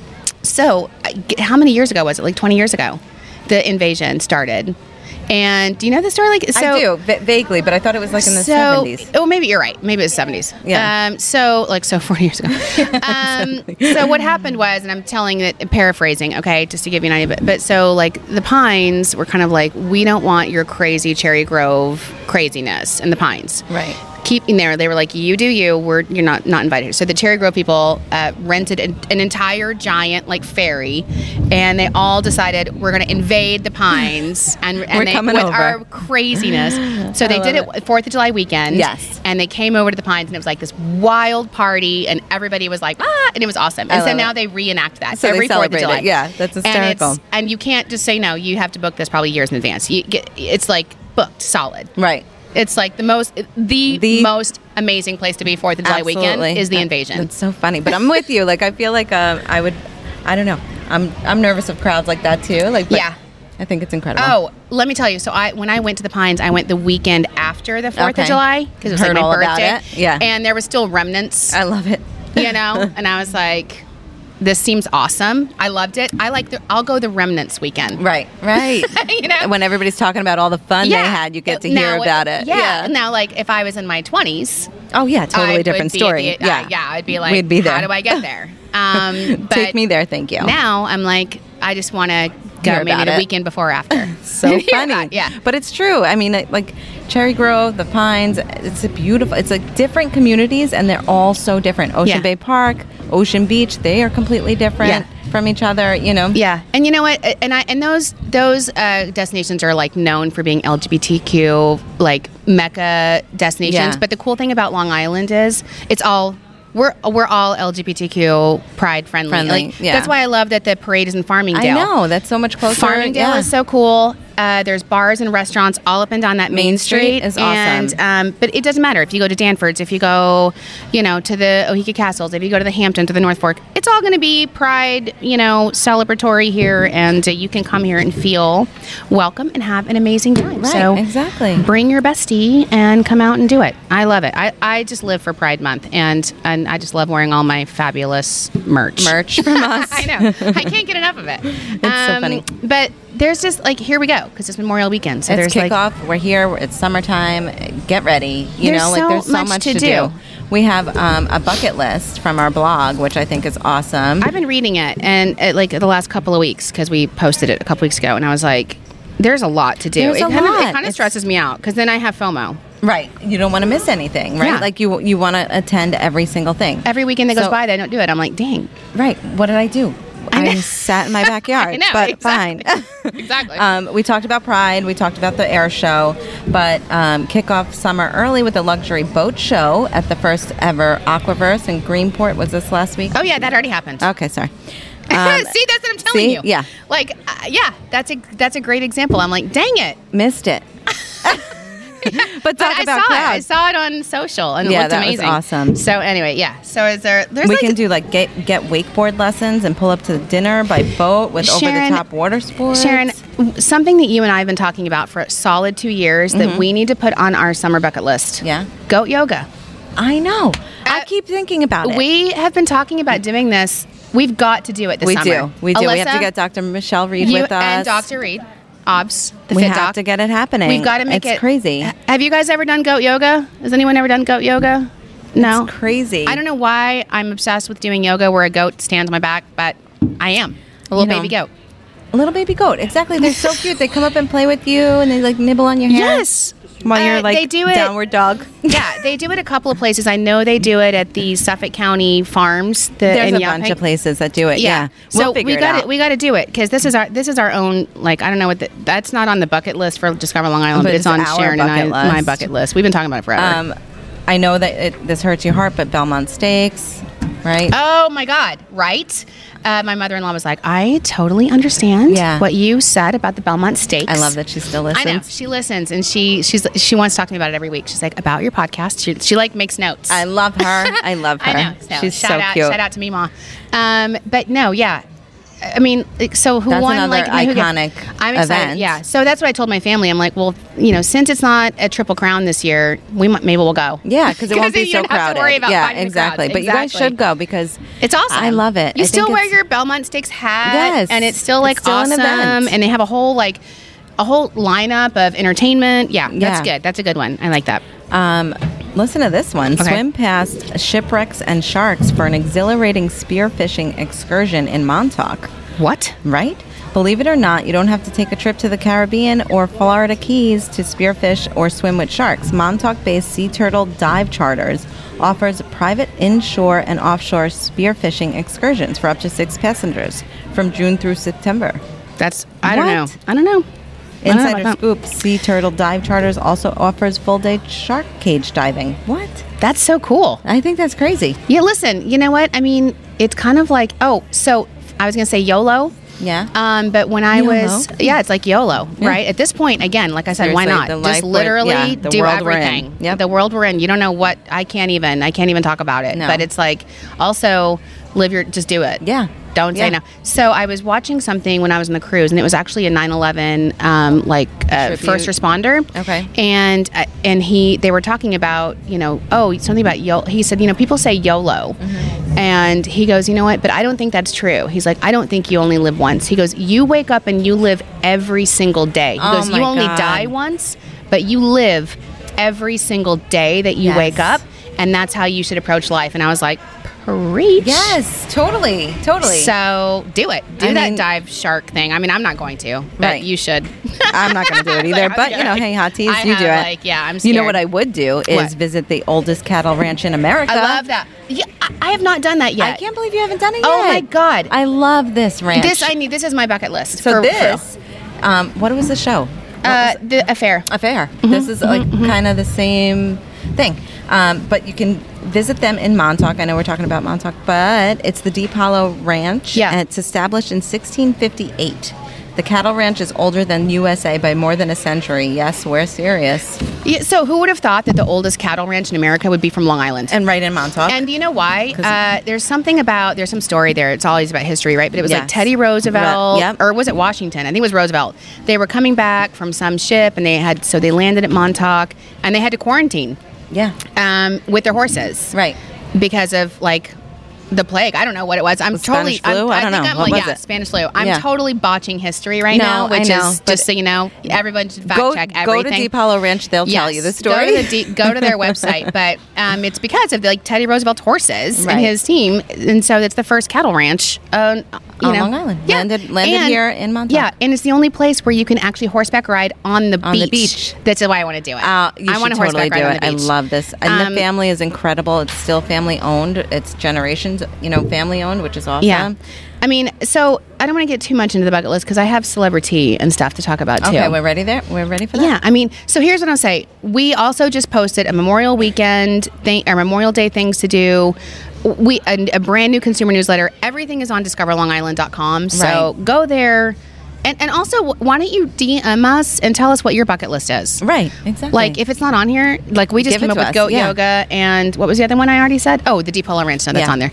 Speaker 2: so I g- how many years ago was it? Like twenty years ago, the invasion started. And do you know the story? Like so,
Speaker 1: I do va- vaguely, but I thought it was like in the
Speaker 2: so,
Speaker 1: seventies.
Speaker 2: Oh, maybe you're right. Maybe it was seventies.
Speaker 1: Yeah.
Speaker 2: Um, so like so forty years ago.
Speaker 1: <laughs>
Speaker 2: um, so what happened was, and I'm telling it paraphrasing, okay, just to give you an idea. But, but so like the pines were kind of like, we don't want your crazy Cherry Grove craziness in the pines.
Speaker 1: Right.
Speaker 2: Keep in there. They were like, you do you. We're you're not not invited. So the Cherry Grove people uh, rented an, an entire giant like ferry, and they all decided we're going to invade
Speaker 1: <laughs>
Speaker 2: the pines and, and
Speaker 1: We're
Speaker 2: they,
Speaker 1: coming
Speaker 2: with
Speaker 1: over. <gasps>
Speaker 2: our craziness. So they did it, Fourth of July weekend.
Speaker 1: Yes.
Speaker 2: And they came over to the Pines, and it was like this wild party, and everybody was like, ah, and it was awesome. And
Speaker 1: I
Speaker 2: so
Speaker 1: love
Speaker 2: now
Speaker 1: it.
Speaker 2: they reenact that
Speaker 1: So they
Speaker 2: every Fourth of
Speaker 1: celebrate
Speaker 2: July.
Speaker 1: it. Yeah, that's
Speaker 2: And,
Speaker 1: hysterical.
Speaker 2: it's, and you can't just say no. You have to book this probably years in advance. You get, it's like booked solid.
Speaker 1: Right.
Speaker 2: It's like the most, the,
Speaker 1: The-
Speaker 2: most amazing place to be Fourth of July weekend is the
Speaker 1: That-
Speaker 2: invasion.
Speaker 1: That's so funny, but I'm with you. Like I feel like uh, I would, I don't know. I'm I'm nervous of crowds like that too. Like but
Speaker 2: Yeah.
Speaker 1: I think it's incredible.
Speaker 2: Oh, let me tell you. So I when I went to the Pines, I went the weekend after the Fourth
Speaker 1: Okay.
Speaker 2: of July because it was
Speaker 1: Heard
Speaker 2: like my
Speaker 1: all about
Speaker 2: birthday.
Speaker 1: it. Yeah. Uh,
Speaker 2: and there was still remnants,
Speaker 1: I love it. <laughs>
Speaker 2: you know. and I was like, "This seems awesome. I loved it. I like. The, I'll go the remnants weekend.
Speaker 1: Right, right.
Speaker 2: <laughs> You know?
Speaker 1: when everybody's talking about all the fun they had, you get to hear
Speaker 2: Now-
Speaker 1: about it.
Speaker 2: Yeah. Now, like if I was in my twenties,
Speaker 1: Oh yeah,
Speaker 2: I
Speaker 1: totally
Speaker 2: would
Speaker 1: different
Speaker 2: be at
Speaker 1: story.
Speaker 2: the- uh,
Speaker 1: yeah,
Speaker 2: yeah. I'd be like,
Speaker 1: we'd be there.
Speaker 2: How do I get there? Um,
Speaker 1: <laughs>
Speaker 2: but
Speaker 1: Take me there, thank you.
Speaker 2: Now I'm like, I just want to go
Speaker 1: Oh. Hear
Speaker 2: maybe
Speaker 1: about
Speaker 2: the
Speaker 1: it.
Speaker 2: weekend before or after.
Speaker 1: <laughs> so
Speaker 2: Hear
Speaker 1: funny.
Speaker 2: that, <laughs> yeah.
Speaker 1: but it's true. I mean, it- like Cherry Grove, the Pines. It's a beautiful. It's like different communities, and they're all so different. Ocean
Speaker 2: Yeah.
Speaker 1: Bay Park, Ocean Beach. They are completely different
Speaker 2: Yeah.
Speaker 1: from each other. You know.
Speaker 2: Yeah, and you know what? And I and those those uh, destinations are like known for being LGBTQ like mecca destinations.
Speaker 1: Yeah.
Speaker 2: But the cool thing about Long Island is it's all. We're, we're all LGBTQ pride friendly.
Speaker 1: Friendly,
Speaker 2: Like,
Speaker 1: yeah.
Speaker 2: That's why I love that the parade is in Farmingdale.
Speaker 1: I know that's so much closer.
Speaker 2: Farmingdale
Speaker 1: yeah.
Speaker 2: is so cool. Uh, there's bars and restaurants all up and down that main,
Speaker 1: Main Street is awesome.
Speaker 2: And, um, but it doesn't matter if you go to Danfords, if you go, you know, to the Ohika Castles, if you go to the Hampton, to the North Fork, it's all going to be Pride, you know, celebratory here, and uh, you can come here and feel welcome and have an amazing time.
Speaker 1: Right,
Speaker 2: so
Speaker 1: exactly.
Speaker 2: bring your bestie and come out and do it. I love it. I, I just live for Pride Month, and and I just love wearing all my fabulous merch.
Speaker 1: <laughs> merch
Speaker 2: <laughs>
Speaker 1: from us.
Speaker 2: I know. I can't get enough of it.
Speaker 1: <laughs>
Speaker 2: It's
Speaker 1: so funny.
Speaker 2: But there's just like here we go because it's Memorial Weekend. So
Speaker 1: it's
Speaker 2: there's like
Speaker 1: kickoff. we're here. It's summertime. Get ready. You
Speaker 2: There's
Speaker 1: know, like
Speaker 2: so
Speaker 1: there's so
Speaker 2: much
Speaker 1: much,
Speaker 2: to
Speaker 1: to,
Speaker 2: do.
Speaker 1: do. We have um, a bucket list from our blog, which I think is awesome.
Speaker 2: I've been reading it and uh, like the last couple of weeks because we posted it a couple weeks ago and I was like, there's a lot to do.
Speaker 1: There's
Speaker 2: it
Speaker 1: a
Speaker 2: kind of
Speaker 1: lot.
Speaker 2: it kind of
Speaker 1: It's-
Speaker 2: stresses me out because then I have FOMO.
Speaker 1: right. You don't want to miss anything, right?
Speaker 2: Yeah.
Speaker 1: Like you you want to attend every single thing.
Speaker 2: Every weekend that goes
Speaker 1: So-
Speaker 2: by, that I don't do it. I'm like, dang.
Speaker 1: Right. What did I do? I, sat <laughs> in my backyard.
Speaker 2: know,
Speaker 1: but
Speaker 2: exactly.
Speaker 1: fine.
Speaker 2: <laughs>
Speaker 1: <laughs>
Speaker 2: Exactly.
Speaker 1: um, we talked about Pride. We talked about the air show. But um, kick off summer early with a luxury boat show at the first ever Aquaverse in Greenport. Was this last week?
Speaker 2: Oh yeah, that already happened.
Speaker 1: Okay, <laughs> sorry. uh, Um,
Speaker 2: <laughs> see, that's what I'm telling
Speaker 1: see?
Speaker 2: you.
Speaker 1: Yeah.
Speaker 2: Like, uh, yeah, that's a that's a great example. I'm like, dang it.
Speaker 1: missed <laughs> it. but
Speaker 2: But
Speaker 1: talk
Speaker 2: I
Speaker 1: about
Speaker 2: saw it. I
Speaker 1: crowds.
Speaker 2: saw it on social and it
Speaker 1: Yeah,
Speaker 2: looked
Speaker 1: that was
Speaker 2: amazing.
Speaker 1: awesome.
Speaker 2: So anyway, yeah. So is there? There's
Speaker 1: we
Speaker 2: like
Speaker 1: can do like get get wakeboard lessons and pull up to dinner by boat with over
Speaker 2: Sharon-
Speaker 1: the top water sports.
Speaker 2: Sharon, w- something that you and I have been talking about for a solid two years that we need to put on our summer bucket list.
Speaker 1: Mm-hmm. Yeah.
Speaker 2: Goat yoga.
Speaker 1: I know.
Speaker 2: Uh,
Speaker 1: I keep thinking about it.
Speaker 2: We have been talking about doing this. We've got to do it this
Speaker 1: we
Speaker 2: summer.
Speaker 1: do. We do. we have
Speaker 2: Alyssa,
Speaker 1: to get Dr. Michelle Reed
Speaker 2: you
Speaker 1: with us.
Speaker 2: and Dr. Reed, OBS, the
Speaker 1: we
Speaker 2: fit
Speaker 1: have
Speaker 2: doc.
Speaker 1: to get it happening.
Speaker 2: We've got to make
Speaker 1: it's
Speaker 2: it
Speaker 1: crazy.
Speaker 2: H- Have you guys ever done goat yoga? Has anyone ever done goat yoga? No.
Speaker 1: It's crazy.
Speaker 2: I don't know why I'm obsessed with doing yoga where a goat stands on my back, but I am. A little
Speaker 1: You know.
Speaker 2: baby goat.
Speaker 1: Little baby goat. Exactly. They're so cute. They come up and play with you and they like nibble on your hair.
Speaker 2: Yes.
Speaker 1: While you're
Speaker 2: Uh,
Speaker 1: like
Speaker 2: they do it-
Speaker 1: downward dog.
Speaker 2: <laughs> yeah, they do it a couple of places. I know they do it at the Suffolk County farms. The,
Speaker 1: There's
Speaker 2: in
Speaker 1: a
Speaker 2: Yaphank.
Speaker 1: bunch of places that do it. Yeah. We'll
Speaker 2: so
Speaker 1: figure
Speaker 2: we
Speaker 1: it
Speaker 2: got
Speaker 1: out.
Speaker 2: We got to do it because this is our this is our own. Like I don't know what the, that's not on the bucket list for Discover Long Island,
Speaker 1: But
Speaker 2: but, it's,
Speaker 1: it's
Speaker 2: on
Speaker 1: our
Speaker 2: Sharon and I,
Speaker 1: bucket list.
Speaker 2: my bucket list. We've been talking about it forever.
Speaker 1: Um, I know that it, this hurts your heart, but Belmont Steaks, right?
Speaker 2: Oh my God! Right? Uh, my mother-in-law was like, "I totally understand
Speaker 1: Yeah.
Speaker 2: what you said about the Belmont steaks."
Speaker 1: I love that she still
Speaker 2: I
Speaker 1: listens.
Speaker 2: know she listens, and she she's she wants to talk to me about it every week. She's like about your podcast. She, she like makes notes.
Speaker 1: I love her. I love her.
Speaker 2: <laughs> I know. So,
Speaker 1: She's
Speaker 2: shout
Speaker 1: so
Speaker 2: out,
Speaker 1: cute.
Speaker 2: Shout out to me, Ma. Um, but no, yeah. I mean, like, so who
Speaker 1: That's
Speaker 2: won?
Speaker 1: another
Speaker 2: like, I mean, who got-
Speaker 1: iconic
Speaker 2: I'm excited.
Speaker 1: event.
Speaker 2: Yeah. So that's what I told my family. I'm like, well, you know, since it's not a triple crown this year, we might, maybe we'll go.
Speaker 1: Yeah, because it
Speaker 2: <laughs>
Speaker 1: won't be
Speaker 2: you
Speaker 1: so
Speaker 2: don't
Speaker 1: crowded.
Speaker 2: Have to worry about
Speaker 1: yeah,
Speaker 2: finding the
Speaker 1: exactly.
Speaker 2: crowds.
Speaker 1: But you guys
Speaker 2: Exactly.
Speaker 1: should go because
Speaker 2: It's awesome.
Speaker 1: I love it.
Speaker 2: You
Speaker 1: I
Speaker 2: still
Speaker 1: think
Speaker 2: wear
Speaker 1: it's-
Speaker 2: your Belmont Steaks hat.
Speaker 1: Yes.
Speaker 2: And it's still
Speaker 1: It's
Speaker 2: like
Speaker 1: still an
Speaker 2: awesome.
Speaker 1: event.
Speaker 2: And they have a whole like a whole lineup of entertainment. Yeah, that's
Speaker 1: Yeah.
Speaker 2: good. That's a good one. I like that.
Speaker 1: Um, listen to this one.
Speaker 2: Okay.
Speaker 1: Swim past shipwrecks and sharks for an exhilarating spearfishing excursion in Montauk,
Speaker 2: What?
Speaker 1: right? Believe it or not, you don't have to take a trip to the Caribbean or Florida Keys to spearfish or swim with sharks. Montauk-based Sea Turtle Dive Charters offers private inshore and offshore spearfishing excursions for up to 6 passengers from June through September.
Speaker 2: That's I don't
Speaker 1: What?
Speaker 2: know. I don't know. I don't know about
Speaker 1: Insider
Speaker 2: that.
Speaker 1: scoop: Sea Turtle Dive Charters also offers full-day shark cage diving. What?
Speaker 2: That's so cool.
Speaker 1: I think that's crazy.
Speaker 2: Yeah, listen, you know what? I mean, it's kind of like, oh, so I was going to say YOLO.
Speaker 1: Yeah.
Speaker 2: Um, but when I was,
Speaker 1: YOLO?
Speaker 2: yeah, it's like YOLO, right? At this point, again, like I said, why
Speaker 1: Seriously,
Speaker 2: not?
Speaker 1: the life
Speaker 2: Just
Speaker 1: we're-
Speaker 2: literally
Speaker 1: yeah, the
Speaker 2: do
Speaker 1: world we're in.
Speaker 2: everything.
Speaker 1: Yep.
Speaker 2: The world we're in, you don't know what, I can't even, I can't even talk about it.
Speaker 1: No.
Speaker 2: But it's like, also live your, just do it.
Speaker 1: Yeah.
Speaker 2: Don't say
Speaker 1: Yeah.
Speaker 2: no. So I was watching something when I was on the cruise, and it was actually a 9/11 um, like uh,
Speaker 1: Tribute.
Speaker 2: first responder.
Speaker 1: Okay.
Speaker 2: And uh, and he they were talking about you know oh something about yo. He said you know people say YOLO,
Speaker 1: Mm-hmm.
Speaker 2: and he goes you know what but I don't think that's true. He's like I don't think you only live once. He goes you wake up and you live every single day. He
Speaker 1: Oh
Speaker 2: goes
Speaker 1: my
Speaker 2: you only
Speaker 1: God.
Speaker 2: die once, but you live every single day that you
Speaker 1: Yes.
Speaker 2: wake up, and that's how you should approach life. And I was like. Preach.
Speaker 1: Yes, totally, totally.
Speaker 2: So do it. Do
Speaker 1: I
Speaker 2: that
Speaker 1: mean-
Speaker 2: dive shark thing. I mean, I'm not going to, but
Speaker 1: Right.
Speaker 2: you should.
Speaker 1: <laughs> I'm not going to do it either. But you know, hey, Hatis,
Speaker 2: I
Speaker 1: you do
Speaker 2: have,
Speaker 1: it.
Speaker 2: like, yeah, I'm
Speaker 1: You know
Speaker 2: scared.
Speaker 1: what I would do is
Speaker 2: What?
Speaker 1: visit the oldest cattle ranch in America.
Speaker 2: I love that. Yeah, I, I have not done that yet.
Speaker 1: I can't believe you haven't done it yet.
Speaker 2: Oh my God.
Speaker 1: I love this ranch.
Speaker 2: This I need. This is my bucket list.
Speaker 1: so
Speaker 2: for- for
Speaker 1: this. um, what was the show?
Speaker 2: real. uh, the affair.
Speaker 1: affair.
Speaker 2: Mm-hmm.
Speaker 1: This is like kind of the same thing. Um, but you can visit them in Montauk. I know we're talking about Montauk, but it's the Deep Hollow Ranch.
Speaker 2: Yeah.
Speaker 1: And it's established in 1658. The cattle ranch is older than USA by more than a century. Yes, we're serious.
Speaker 2: Yeah, so who would have thought that the oldest cattle ranch in America would be from Long Island?
Speaker 1: And right in Montauk.
Speaker 2: And do you know why? Uh, there's something about there's some story there. It's always about history, right? But it was like
Speaker 1: Yes.
Speaker 2: Teddy Roosevelt,
Speaker 1: Yep.
Speaker 2: or was it Washington? I think it was Roosevelt. They were coming back from some ship, and they had so they landed at Montauk, and they had to quarantine
Speaker 1: yeah.
Speaker 2: um, with their horses,
Speaker 1: Right.
Speaker 2: Because of like the plague. I don't know what it was. I'm totally.
Speaker 1: Spanish flu?
Speaker 2: I'm,
Speaker 1: I don't
Speaker 2: think
Speaker 1: know.
Speaker 2: I'm,
Speaker 1: What
Speaker 2: like,
Speaker 1: was
Speaker 2: yeah,
Speaker 1: it?
Speaker 2: Spanish flu. I'm
Speaker 1: Yeah.
Speaker 2: totally botching history right
Speaker 1: No,
Speaker 2: now,
Speaker 1: I
Speaker 2: which
Speaker 1: know,
Speaker 2: is
Speaker 1: but-
Speaker 2: just so you know, everyone should fact
Speaker 1: go,
Speaker 2: check
Speaker 1: go
Speaker 2: everything.
Speaker 1: to Deep Hollow Ranch. They'll tell you the story.
Speaker 2: Go to,
Speaker 1: <laughs>
Speaker 2: the de- go to their website, but um, it's because of like Teddy Roosevelt's horses
Speaker 1: Right.
Speaker 2: and his team, and so it's the first cattle ranch on you
Speaker 1: On
Speaker 2: know.
Speaker 1: Long Island. Landed- landed here in Montauk.
Speaker 2: Yeah, and it's the only place where you can actually horseback ride on the
Speaker 1: On
Speaker 2: beach.
Speaker 1: the beach.
Speaker 2: That's why I want to do it.
Speaker 1: Uh, you
Speaker 2: I want
Speaker 1: should
Speaker 2: to
Speaker 1: totally
Speaker 2: horseback ride
Speaker 1: do
Speaker 2: on
Speaker 1: it.
Speaker 2: the
Speaker 1: I
Speaker 2: beach.
Speaker 1: love this, and
Speaker 2: Um,
Speaker 1: the family is incredible. It's still family owned. It's generations, you know, family owned, which is awesome.
Speaker 2: Yeah. Um, I mean, so I don't want to get too much into the bucket list because I have celebrity and stuff to talk about too.
Speaker 1: Okay, we're ready there. We're ready for that.
Speaker 2: Yeah, I mean, so here's what I'll say. We also just posted a Memorial Weekend thing, or Memorial Day things to do. We a, a brand new consumer newsletter. Everything is on discoverlongisland.com. So
Speaker 1: Right.
Speaker 2: go there, and and also why don't you DM us and tell us what your bucket list is?
Speaker 1: Right. Exactly.
Speaker 2: Like if it's not on here, like we just
Speaker 1: Give
Speaker 2: came
Speaker 1: it
Speaker 2: up
Speaker 1: to
Speaker 2: with
Speaker 1: us,
Speaker 2: goat
Speaker 1: yeah.
Speaker 2: yoga and what was the other one I already said? Oh, the Deep Hollow Ranch. No, that's
Speaker 1: Yeah.
Speaker 2: on there.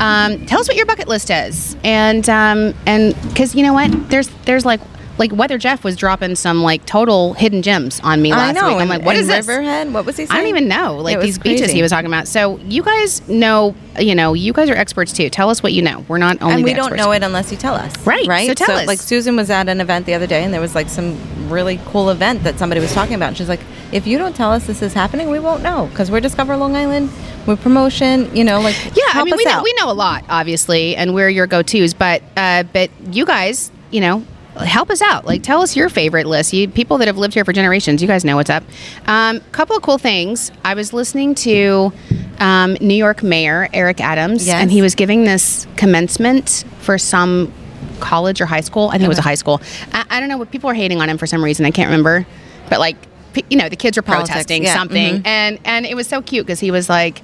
Speaker 2: Um, tell us what your bucket list is, and um, and because you know what, there's there's like like Weather Jeff was dropping some like total hidden gems on me
Speaker 1: I
Speaker 2: last
Speaker 1: know.
Speaker 2: week. I'm
Speaker 1: and-
Speaker 2: like, what
Speaker 1: and
Speaker 2: is this?
Speaker 1: Riverhead? What was he?
Speaker 2: I
Speaker 1: Saying?
Speaker 2: don't even know. Like
Speaker 1: It was
Speaker 2: these beaches
Speaker 1: crazy.
Speaker 2: he was talking about. So you guys know, you know, you guys are experts too. Tell us what you know. We're not only
Speaker 1: And we
Speaker 2: the
Speaker 1: don't
Speaker 2: experts.
Speaker 1: know it unless you tell us.
Speaker 2: Right,
Speaker 1: Right.
Speaker 2: so tell us.
Speaker 1: Like Susan was at an event the other day, and there was like some really cool event that somebody was talking about. And she's like, "If you don't tell us this is happening, we won't know because we're Discover Long Island. We're promotion. You know, like
Speaker 2: Yeah, I
Speaker 1: help
Speaker 2: mean,
Speaker 1: us
Speaker 2: we know,
Speaker 1: out.
Speaker 2: we know a lot, obviously, and we're your go-tos. But uh, but you guys, you know, help us out. Like, tell us your favorite list. You people that have lived here for generations, you guys know what's up. Um, couple of cool things. I was listening to um, New York Mayor Eric Adams,
Speaker 1: Yes.
Speaker 2: and he was giving this commencement for some college or high school. I think it was a high school. I, I don't know what people are hating on him for some reason. I can't remember, but like, p- you know, the kids are
Speaker 1: Politics,
Speaker 2: protesting
Speaker 1: yeah,
Speaker 2: something,
Speaker 1: mhm.
Speaker 2: and and it was so cute because he was like.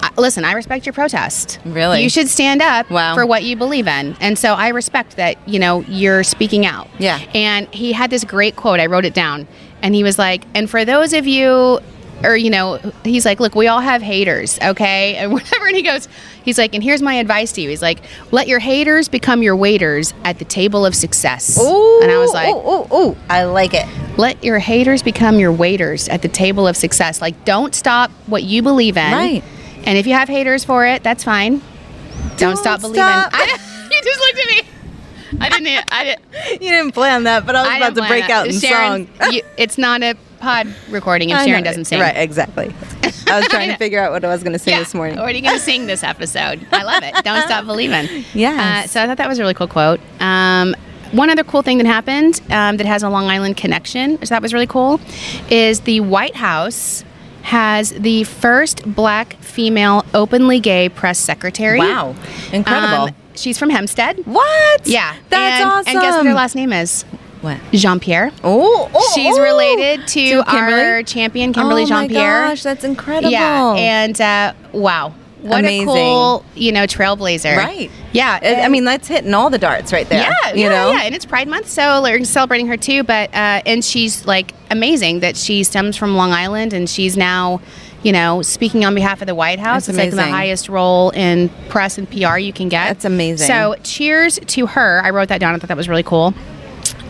Speaker 2: "I- Listen, I respect your protest.
Speaker 1: Really?
Speaker 2: you should stand up
Speaker 1: Wow.
Speaker 2: for what you believe in, and so I respect that. You know, you're speaking out.
Speaker 1: Yeah.
Speaker 2: And he had this great quote. I wrote it down. And he was like, and for those of you, or, you know, he's like, look, we all have haters, okay? <laughs> And whatever. And he goes, he's like, and here's my advice to you. He's like, let your haters become your waiters at the table of success. and I was like,
Speaker 1: ooh, ooh, ooh, I like it. <laughs>
Speaker 2: let your haters become your waiters at the table of success. Like, don't stop what you believe in.
Speaker 1: Right.
Speaker 2: And if you have haters for it, that's fine. Don't, stop
Speaker 1: Don't
Speaker 2: believing. <laughs>
Speaker 1: stop.
Speaker 2: I, you just looked at me. I didn't. I
Speaker 1: <laughs>
Speaker 2: didn't.
Speaker 1: You didn't plan that, but I was
Speaker 2: I
Speaker 1: about
Speaker 2: didn't
Speaker 1: to
Speaker 2: plan
Speaker 1: break
Speaker 2: that.
Speaker 1: out in
Speaker 2: Sharon,
Speaker 1: song. <laughs>
Speaker 2: you- it's not a pod recording if
Speaker 1: I
Speaker 2: Sharon
Speaker 1: know.
Speaker 2: doesn't sing.
Speaker 1: Right, exactly. I was trying to figure out what I was going to say
Speaker 2: Yeah.
Speaker 1: this morning.
Speaker 2: What are you going to sing this episode? I love it. Don't stop believing.
Speaker 1: <laughs> Yes.
Speaker 2: Uh, so I thought that was a really cool quote. Um, one other cool thing that happened um, that has a Long Island connection, so that was really cool, is the White House has the first black female openly gay press secretary.
Speaker 1: Wow. Incredible.
Speaker 2: Um, she's from Hempstead.
Speaker 1: what?
Speaker 2: Yeah.
Speaker 1: That's
Speaker 2: and,
Speaker 1: awesome.
Speaker 2: And guess what her last name is?
Speaker 1: What?
Speaker 2: Jean Pierre.
Speaker 1: Oh, oh,
Speaker 2: She's
Speaker 1: oh.
Speaker 2: related to,
Speaker 1: Kimberly?
Speaker 2: our champion, Kimberly
Speaker 1: oh
Speaker 2: Jean Pierre.
Speaker 1: My gosh, that's incredible.
Speaker 2: Yeah, and uh, wow, what
Speaker 1: Amazing.
Speaker 2: a cool you know trailblazer.
Speaker 1: right.
Speaker 2: Yeah.
Speaker 1: I- I mean, that's hitting all the darts right there.
Speaker 2: yeah,
Speaker 1: You
Speaker 2: yeah,
Speaker 1: know?
Speaker 2: yeah, and it's Pride Month, so we're celebrating her too. But uh, and she's like amazing that she stems from Long Island, and she's now, you know, speaking on behalf of the White House.
Speaker 1: That's
Speaker 2: it's like
Speaker 1: amazing.
Speaker 2: the highest role in press and PR you can get.
Speaker 1: That's amazing.
Speaker 2: So cheers to her. I wrote that down. I thought that was really cool.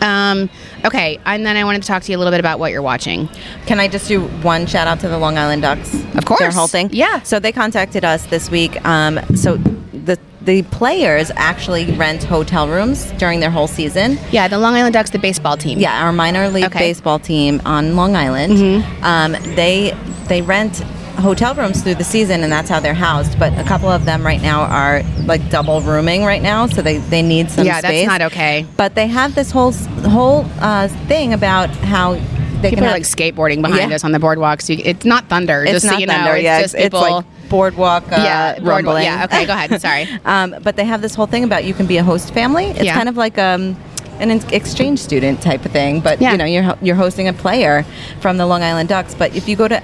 Speaker 2: Um, okay, and then I wanted to talk to you a little bit about what you're watching.
Speaker 1: Can I just do one shout out to the Long Island Ducks?
Speaker 2: Of course.
Speaker 1: Their whole thing?
Speaker 2: Yeah.
Speaker 1: So they contacted us this week. Um, so the the players actually rent hotel rooms during their whole season.
Speaker 2: Yeah, the Long Island Ducks, the baseball team.
Speaker 1: Yeah, our minor league
Speaker 2: Okay. Mm-hmm.
Speaker 1: baseball team on Long Island. Um, they they rent hotel rooms through the season, and that's how they're housed. But a couple of them right now are like double rooming right now, so they, they need some
Speaker 2: yeah,
Speaker 1: space.
Speaker 2: that's not okay.
Speaker 1: But they have this whole s- whole uh, thing about how they can
Speaker 2: People are
Speaker 1: have,
Speaker 2: like skateboarding behind
Speaker 1: Yeah.
Speaker 2: us on the boardwalk. So you, it's not thunder.
Speaker 1: it's
Speaker 2: just
Speaker 1: not
Speaker 2: so you know,
Speaker 1: thunder,
Speaker 2: it's
Speaker 1: yeah,
Speaker 2: just
Speaker 1: it's,
Speaker 2: people.
Speaker 1: it's like boardwalk uh,
Speaker 2: yeah, boardwalk.
Speaker 1: rumbling.
Speaker 2: Yeah. Okay. Go ahead.
Speaker 1: <laughs>
Speaker 2: Sorry.
Speaker 1: Um, but they have this whole thing about you can be a host family. It's
Speaker 2: Yeah.
Speaker 1: kind of like um, an in- exchange student type of thing, but
Speaker 2: Yeah.
Speaker 1: you know you're ho- you're hosting a player from the Long Island Ducks. But if you go to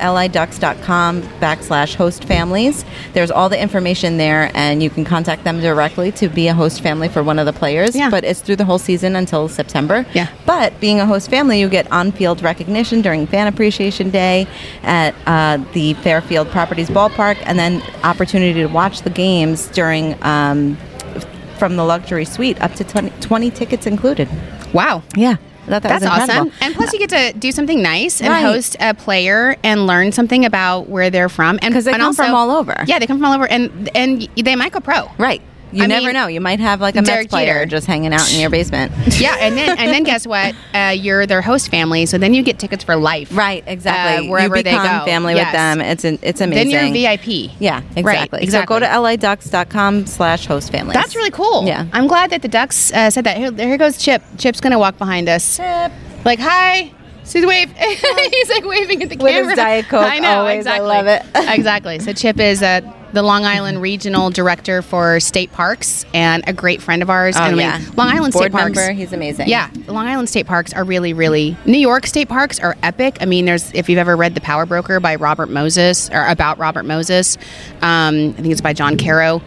Speaker 1: liducks.com backslash host families, there's all the information there, and you can contact them directly to be a host family for one of the players.
Speaker 2: Yeah.
Speaker 1: But it's through the whole season until September.
Speaker 2: Yeah.
Speaker 1: But being a host family, you get on-field recognition during Fan Appreciation Day at uh, the Fairfield Properties Ballpark, and then opportunity to watch the games during um, f- from the luxury suite, up to 20, 20 tickets included.
Speaker 2: Wow.
Speaker 1: Yeah, I thought that
Speaker 2: That's
Speaker 1: was incredible.
Speaker 2: awesome. And plus, you get to do something nice and
Speaker 1: Right.
Speaker 2: host a player and learn something about where they're from. And
Speaker 1: 'Cause they
Speaker 2: and
Speaker 1: come
Speaker 2: also-
Speaker 1: from all over.
Speaker 2: Yeah, they come from all over, and and they might go pro.
Speaker 1: Right. You
Speaker 2: I
Speaker 1: never
Speaker 2: mean,
Speaker 1: know. You might have like a
Speaker 2: Derek
Speaker 1: Mets player
Speaker 2: Jeter.
Speaker 1: just hanging out in your
Speaker 2: <laughs>
Speaker 1: basement.
Speaker 2: yeah, and then and then
Speaker 1: <laughs>
Speaker 2: guess what? Uh, you're their host family, so then you get tickets for life.
Speaker 1: right. Exactly.
Speaker 2: Uh, wherever
Speaker 1: you
Speaker 2: they
Speaker 1: become
Speaker 2: go.
Speaker 1: family
Speaker 2: Yes.
Speaker 1: with them. It's an, it's amazing.
Speaker 2: Then you're a VIP.
Speaker 1: Yeah,
Speaker 2: Right,
Speaker 1: exactly.
Speaker 2: exactly.
Speaker 1: So go to liducks.com slash host families.
Speaker 2: That's really cool.
Speaker 1: Yeah.
Speaker 2: I'm glad that the Ducks uh, said that. Here, here goes Chip. Chip's going to walk behind us.
Speaker 1: Chip.
Speaker 2: Like, hi. She's wave. <laughs> He's like waving at the
Speaker 1: With his
Speaker 2: camera.
Speaker 1: Diet Coke
Speaker 2: I know,
Speaker 1: always. I
Speaker 2: exactly.
Speaker 1: love it. <laughs>
Speaker 2: exactly. So Chip is uh, the Long Island Regional Director for State Parks and a great friend of ours.
Speaker 1: Oh,
Speaker 2: and I
Speaker 1: yeah.
Speaker 2: mean, Long Island
Speaker 1: Board
Speaker 2: State Parks.
Speaker 1: member, he's amazing.
Speaker 2: Yeah. The Long Island State Parks are really, really. New York State Parks are epic. I mean, there's if you've ever read The Power Broker by Robert Moses or about Robert Moses, um, I think it's by John Caro. Uh,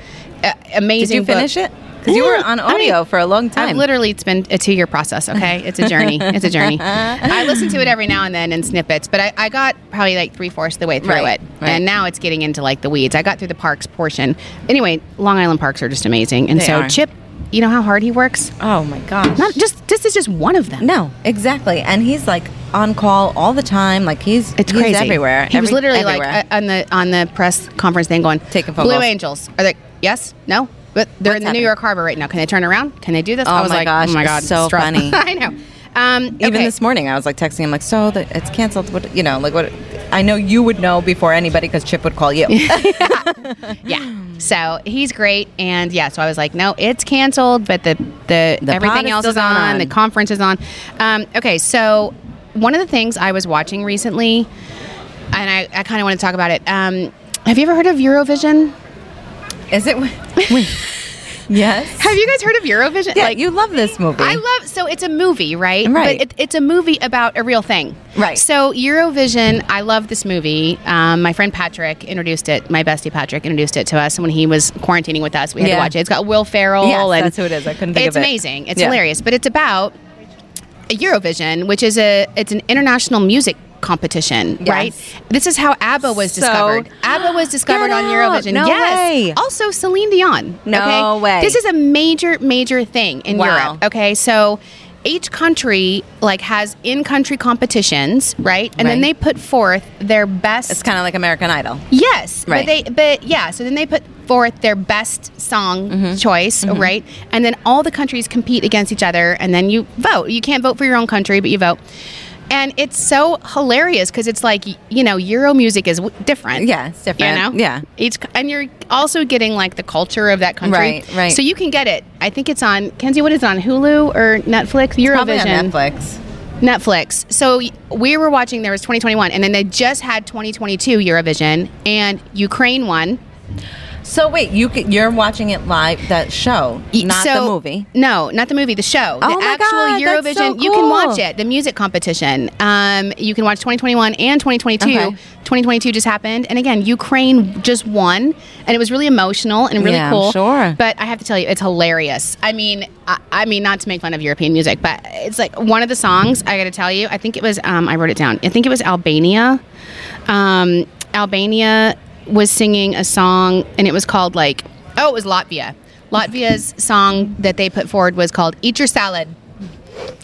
Speaker 1: Did
Speaker 2: amazing.
Speaker 1: you
Speaker 2: book.
Speaker 1: finish it? Because you were on
Speaker 2: I mean,
Speaker 1: audio for a long time.
Speaker 2: I've literally, it's been a two year process, okay? It's
Speaker 1: <laughs>
Speaker 2: a journey. It's a journey. I listen to it every now and then in snippets, but I, I got probably like three fourths of the way through
Speaker 1: Right,
Speaker 2: it.
Speaker 1: right.
Speaker 2: And now it's getting into like the weeds. I got through the parks portion. Anyway, Long Island parks are just amazing. And
Speaker 1: They
Speaker 2: so,
Speaker 1: are.
Speaker 2: Chip, you know how hard he works?
Speaker 1: Oh my gosh.
Speaker 2: Not just, this is just one of them.
Speaker 1: no, exactly. And he's like on call all the time. Like he's
Speaker 2: It's
Speaker 1: he's
Speaker 2: crazy.
Speaker 1: everywhere.
Speaker 2: He was
Speaker 1: Every-
Speaker 2: literally
Speaker 1: everywhere.
Speaker 2: like uh, on the on the press conference thing going
Speaker 1: Taking
Speaker 2: Blue
Speaker 1: photos.
Speaker 2: Angels are they? Yes, no, but
Speaker 1: What's
Speaker 2: they're in the
Speaker 1: happening?
Speaker 2: New York Harbor right now. Can they turn around? Can they do this?
Speaker 1: Oh
Speaker 2: I was
Speaker 1: my
Speaker 2: like,
Speaker 1: gosh,
Speaker 2: oh my
Speaker 1: it's
Speaker 2: god,
Speaker 1: so
Speaker 2: stressed.
Speaker 1: funny.
Speaker 2: <laughs> I know. Um,
Speaker 1: even
Speaker 2: okay.
Speaker 1: this morning, I was like texting him, like, so the, it's canceled. What you know, like what? I know you would know before anybody because Chip would call you.
Speaker 2: yeah. So he's great, and yeah. So I was like, no, it's canceled, but the the,
Speaker 1: The pod
Speaker 2: everything
Speaker 1: is
Speaker 2: else
Speaker 1: still
Speaker 2: is on,
Speaker 1: on.
Speaker 2: The conference is on. Um, okay, so one of the things I was watching recently, and I, I kind of want to talk about it. Um, have you ever heard of Eurovision?
Speaker 1: Is
Speaker 2: <laughs>
Speaker 1: it? Wait. yes.
Speaker 2: Have you guys heard of Eurovision?
Speaker 1: Yeah, you love this movie.
Speaker 2: I love so it's a movie, right?
Speaker 1: Right.
Speaker 2: But it, it's a movie about a real thing,
Speaker 1: Right.
Speaker 2: So Eurovision, I love this movie. Um, my friend Patrick introduced it. My bestie Patrick introduced it to us when he was quarantining with us. We had
Speaker 1: Yeah.
Speaker 2: to watch it. It's got Will Ferrell.
Speaker 1: Yes,
Speaker 2: and
Speaker 1: that's who it is. I couldn't think
Speaker 2: it's
Speaker 1: of it.
Speaker 2: amazing. It's
Speaker 1: Yeah.
Speaker 2: hilarious. But it's about Eurovision, which is a it's an international music competition,
Speaker 1: Yes.
Speaker 2: right? This is how ABBA was
Speaker 1: So- <gasps>
Speaker 2: discovered. ABBA was discovered
Speaker 1: Get
Speaker 2: on
Speaker 1: out.
Speaker 2: Eurovision.
Speaker 1: No
Speaker 2: yes.
Speaker 1: way.
Speaker 2: Also Celine Dion.
Speaker 1: No
Speaker 2: okay?
Speaker 1: way.
Speaker 2: This is a major, major thing in
Speaker 1: Wow.
Speaker 2: Europe. Okay, so each country like has in-country competitions, right? And then
Speaker 1: Right.
Speaker 2: they put forth their best.
Speaker 1: It's kind of like American Idol.
Speaker 2: yes,
Speaker 1: Right.
Speaker 2: But they, but yeah. So then they put forth their best song
Speaker 1: Mm-hmm.
Speaker 2: choice, right? And then all the countries compete against each other, and then you vote. You can't vote for your own country, but you vote. And it's so hilarious because it's like y- you know Euro music is w- different.
Speaker 1: Yeah, it's different.
Speaker 2: You know,
Speaker 1: Yeah.
Speaker 2: Each c- and you're also getting like the culture of that country,
Speaker 1: Right, right.
Speaker 2: So you can get it. I think it's on Kenzie. What is it on Hulu or Netflix?
Speaker 1: Probably on
Speaker 2: Eurovision.
Speaker 1: Netflix.
Speaker 2: Netflix. So y- we were watching. There was 2021, and then they just had 2022 Eurovision, and Ukraine won.
Speaker 1: So wait, you c- you're watching it live that show,
Speaker 2: Y-
Speaker 1: not
Speaker 2: so-
Speaker 1: the movie.
Speaker 2: No, not the movie. The show.
Speaker 1: Oh
Speaker 2: the
Speaker 1: my
Speaker 2: actual
Speaker 1: God,
Speaker 2: Eurovision.
Speaker 1: that's so
Speaker 2: You can
Speaker 1: cool.
Speaker 2: watch it. The music competition. Um, you can watch 2021 and 2022.
Speaker 1: Okay.
Speaker 2: 2022 just happened, and again, Ukraine just won, and it was really emotional and really
Speaker 1: Yeah, I'm
Speaker 2: cool.
Speaker 1: sure.
Speaker 2: But I have to tell you, it's hilarious. I mean, I, I mean, not to make fun of European music, but it's like one of the songs. I got to tell you, I think it was. Um, I wrote it down. I think it was Albania. Um, Albania was singing a song, and it was called like. Oh, it was Latvia. Latvia's song that they put forward was called "Eat Your Salad."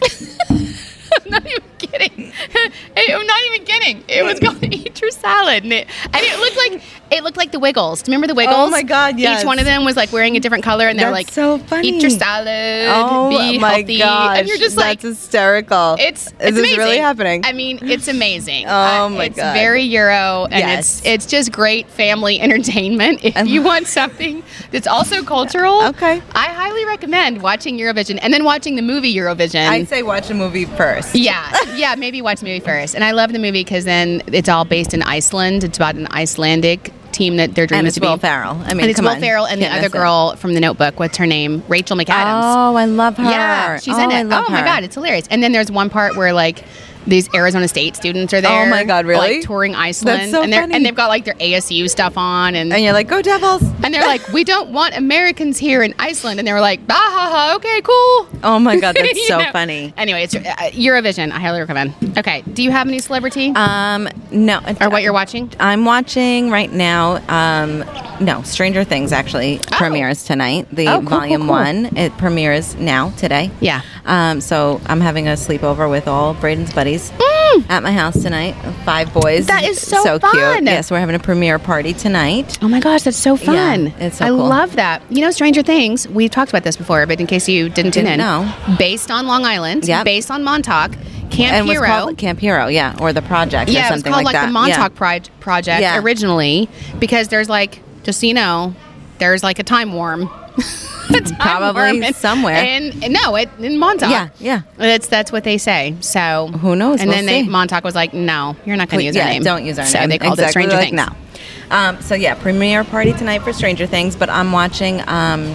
Speaker 2: <laughs> I'm not even kidding. <laughs> I'm not even kidding. It was called <laughs> "Eat Your Salad," and it, and it looked like it looked like the Wiggles. Do you remember the Wiggles?
Speaker 1: Oh my God, yes.
Speaker 2: Each one of them was like wearing a different color, and they're
Speaker 1: That's
Speaker 2: like,
Speaker 1: so funny.
Speaker 2: "Eat your salad,
Speaker 1: Oh
Speaker 2: be
Speaker 1: my
Speaker 2: healthy,"
Speaker 1: gosh,
Speaker 2: and you're just like,
Speaker 1: that's hysterical.
Speaker 2: "It's
Speaker 1: is
Speaker 2: it's
Speaker 1: this
Speaker 2: amazing.
Speaker 1: really happening?
Speaker 2: I mean, it's amazing. Uh,
Speaker 1: Oh my
Speaker 2: it's
Speaker 1: God.
Speaker 2: very Euro, and
Speaker 1: Yes.
Speaker 2: it's it's just great family <laughs> entertainment. If you want something that's also cultural,
Speaker 1: Okay.
Speaker 2: I highly recommend watching Eurovision and then watching the movie Eurovision.
Speaker 1: I'd say watch the movie first.
Speaker 2: Yeah, yeah, maybe watch the movie first. And I love the movie because then it's all based in Iceland. It's about an Icelandic team that their dream
Speaker 1: And
Speaker 2: is
Speaker 1: it's
Speaker 2: to be.
Speaker 1: Will Ferrell. I mean,
Speaker 2: and it's
Speaker 1: come
Speaker 2: Will
Speaker 1: on.
Speaker 2: Ferrell and the
Speaker 1: Can't
Speaker 2: other
Speaker 1: miss it.
Speaker 2: girl from The Notebook. What's her name? Rachel McAdams.
Speaker 1: Oh, I love her.
Speaker 2: yeah, she's
Speaker 1: oh,
Speaker 2: in it.
Speaker 1: I love
Speaker 2: oh my
Speaker 1: her.
Speaker 2: god, it's hilarious. And then there's one part where like these Arizona State students are there.
Speaker 1: Oh my God, really?
Speaker 2: Like touring Iceland,
Speaker 1: so
Speaker 2: and they're
Speaker 1: funny.
Speaker 2: and they've got like their ASU stuff on, and
Speaker 1: and you're like, go
Speaker 2: <laughs>
Speaker 1: Devils.
Speaker 2: and they're like, we don't want Americans here in Iceland, and they were like, bah ha ha, okay, cool.
Speaker 1: Oh my god,
Speaker 2: <laughs> You
Speaker 1: that's so
Speaker 2: know?
Speaker 1: funny.
Speaker 2: Anyway, it's uh, Eurovision. I highly recommend. Okay, do you have any celebrity
Speaker 1: Um, no,
Speaker 2: or what you're watching?
Speaker 1: I'm watching right now. Um, no, Stranger Things actually
Speaker 2: Oh.
Speaker 1: premieres tonight. The
Speaker 2: Oh, cool, cool,
Speaker 1: volume
Speaker 2: cool.
Speaker 1: one it premieres now today.
Speaker 2: Yeah.
Speaker 1: Um, so I'm having a sleepover with all Braden's buddies at my house tonight. Five boys.
Speaker 2: Mm. That is so
Speaker 1: cute.
Speaker 2: fun.
Speaker 1: Yes, we're having a premiere party tonight.
Speaker 2: Oh my gosh, that's so fun!
Speaker 1: it's so
Speaker 2: I
Speaker 1: cool.
Speaker 2: love that. You know, Stranger Things. We've talked about this before, but in case you didn't tune
Speaker 1: Didn't
Speaker 2: in,
Speaker 1: know.
Speaker 2: based on Long Island,
Speaker 1: Yep.
Speaker 2: based on Montauk, Camp
Speaker 1: and
Speaker 2: Hero.
Speaker 1: was called Camp Hero, yeah, or the project or
Speaker 2: yeah, it was
Speaker 1: something
Speaker 2: called like,
Speaker 1: like, that.
Speaker 2: the
Speaker 1: Yeah.
Speaker 2: Montauk Pride Project
Speaker 1: Yeah.
Speaker 2: originally because there's like, just so you know, there's like a time warm. <laughs> A time
Speaker 1: Probably
Speaker 2: in-
Speaker 1: somewhere.
Speaker 2: in- no, it, in Montauk.
Speaker 1: Yeah, yeah.
Speaker 2: That's that's what they say. So
Speaker 1: Who knows?
Speaker 2: And
Speaker 1: We'll
Speaker 2: then they,
Speaker 1: see.
Speaker 2: Montauk was like, "No, you're not going to use
Speaker 1: yeah,
Speaker 2: our name.
Speaker 1: Don't use our
Speaker 2: so
Speaker 1: name.
Speaker 2: they called
Speaker 1: exactly.
Speaker 2: it Stranger
Speaker 1: Like,
Speaker 2: Things.
Speaker 1: No. Um, so yeah, premiere party tonight for Stranger Things. But I'm watching. Um,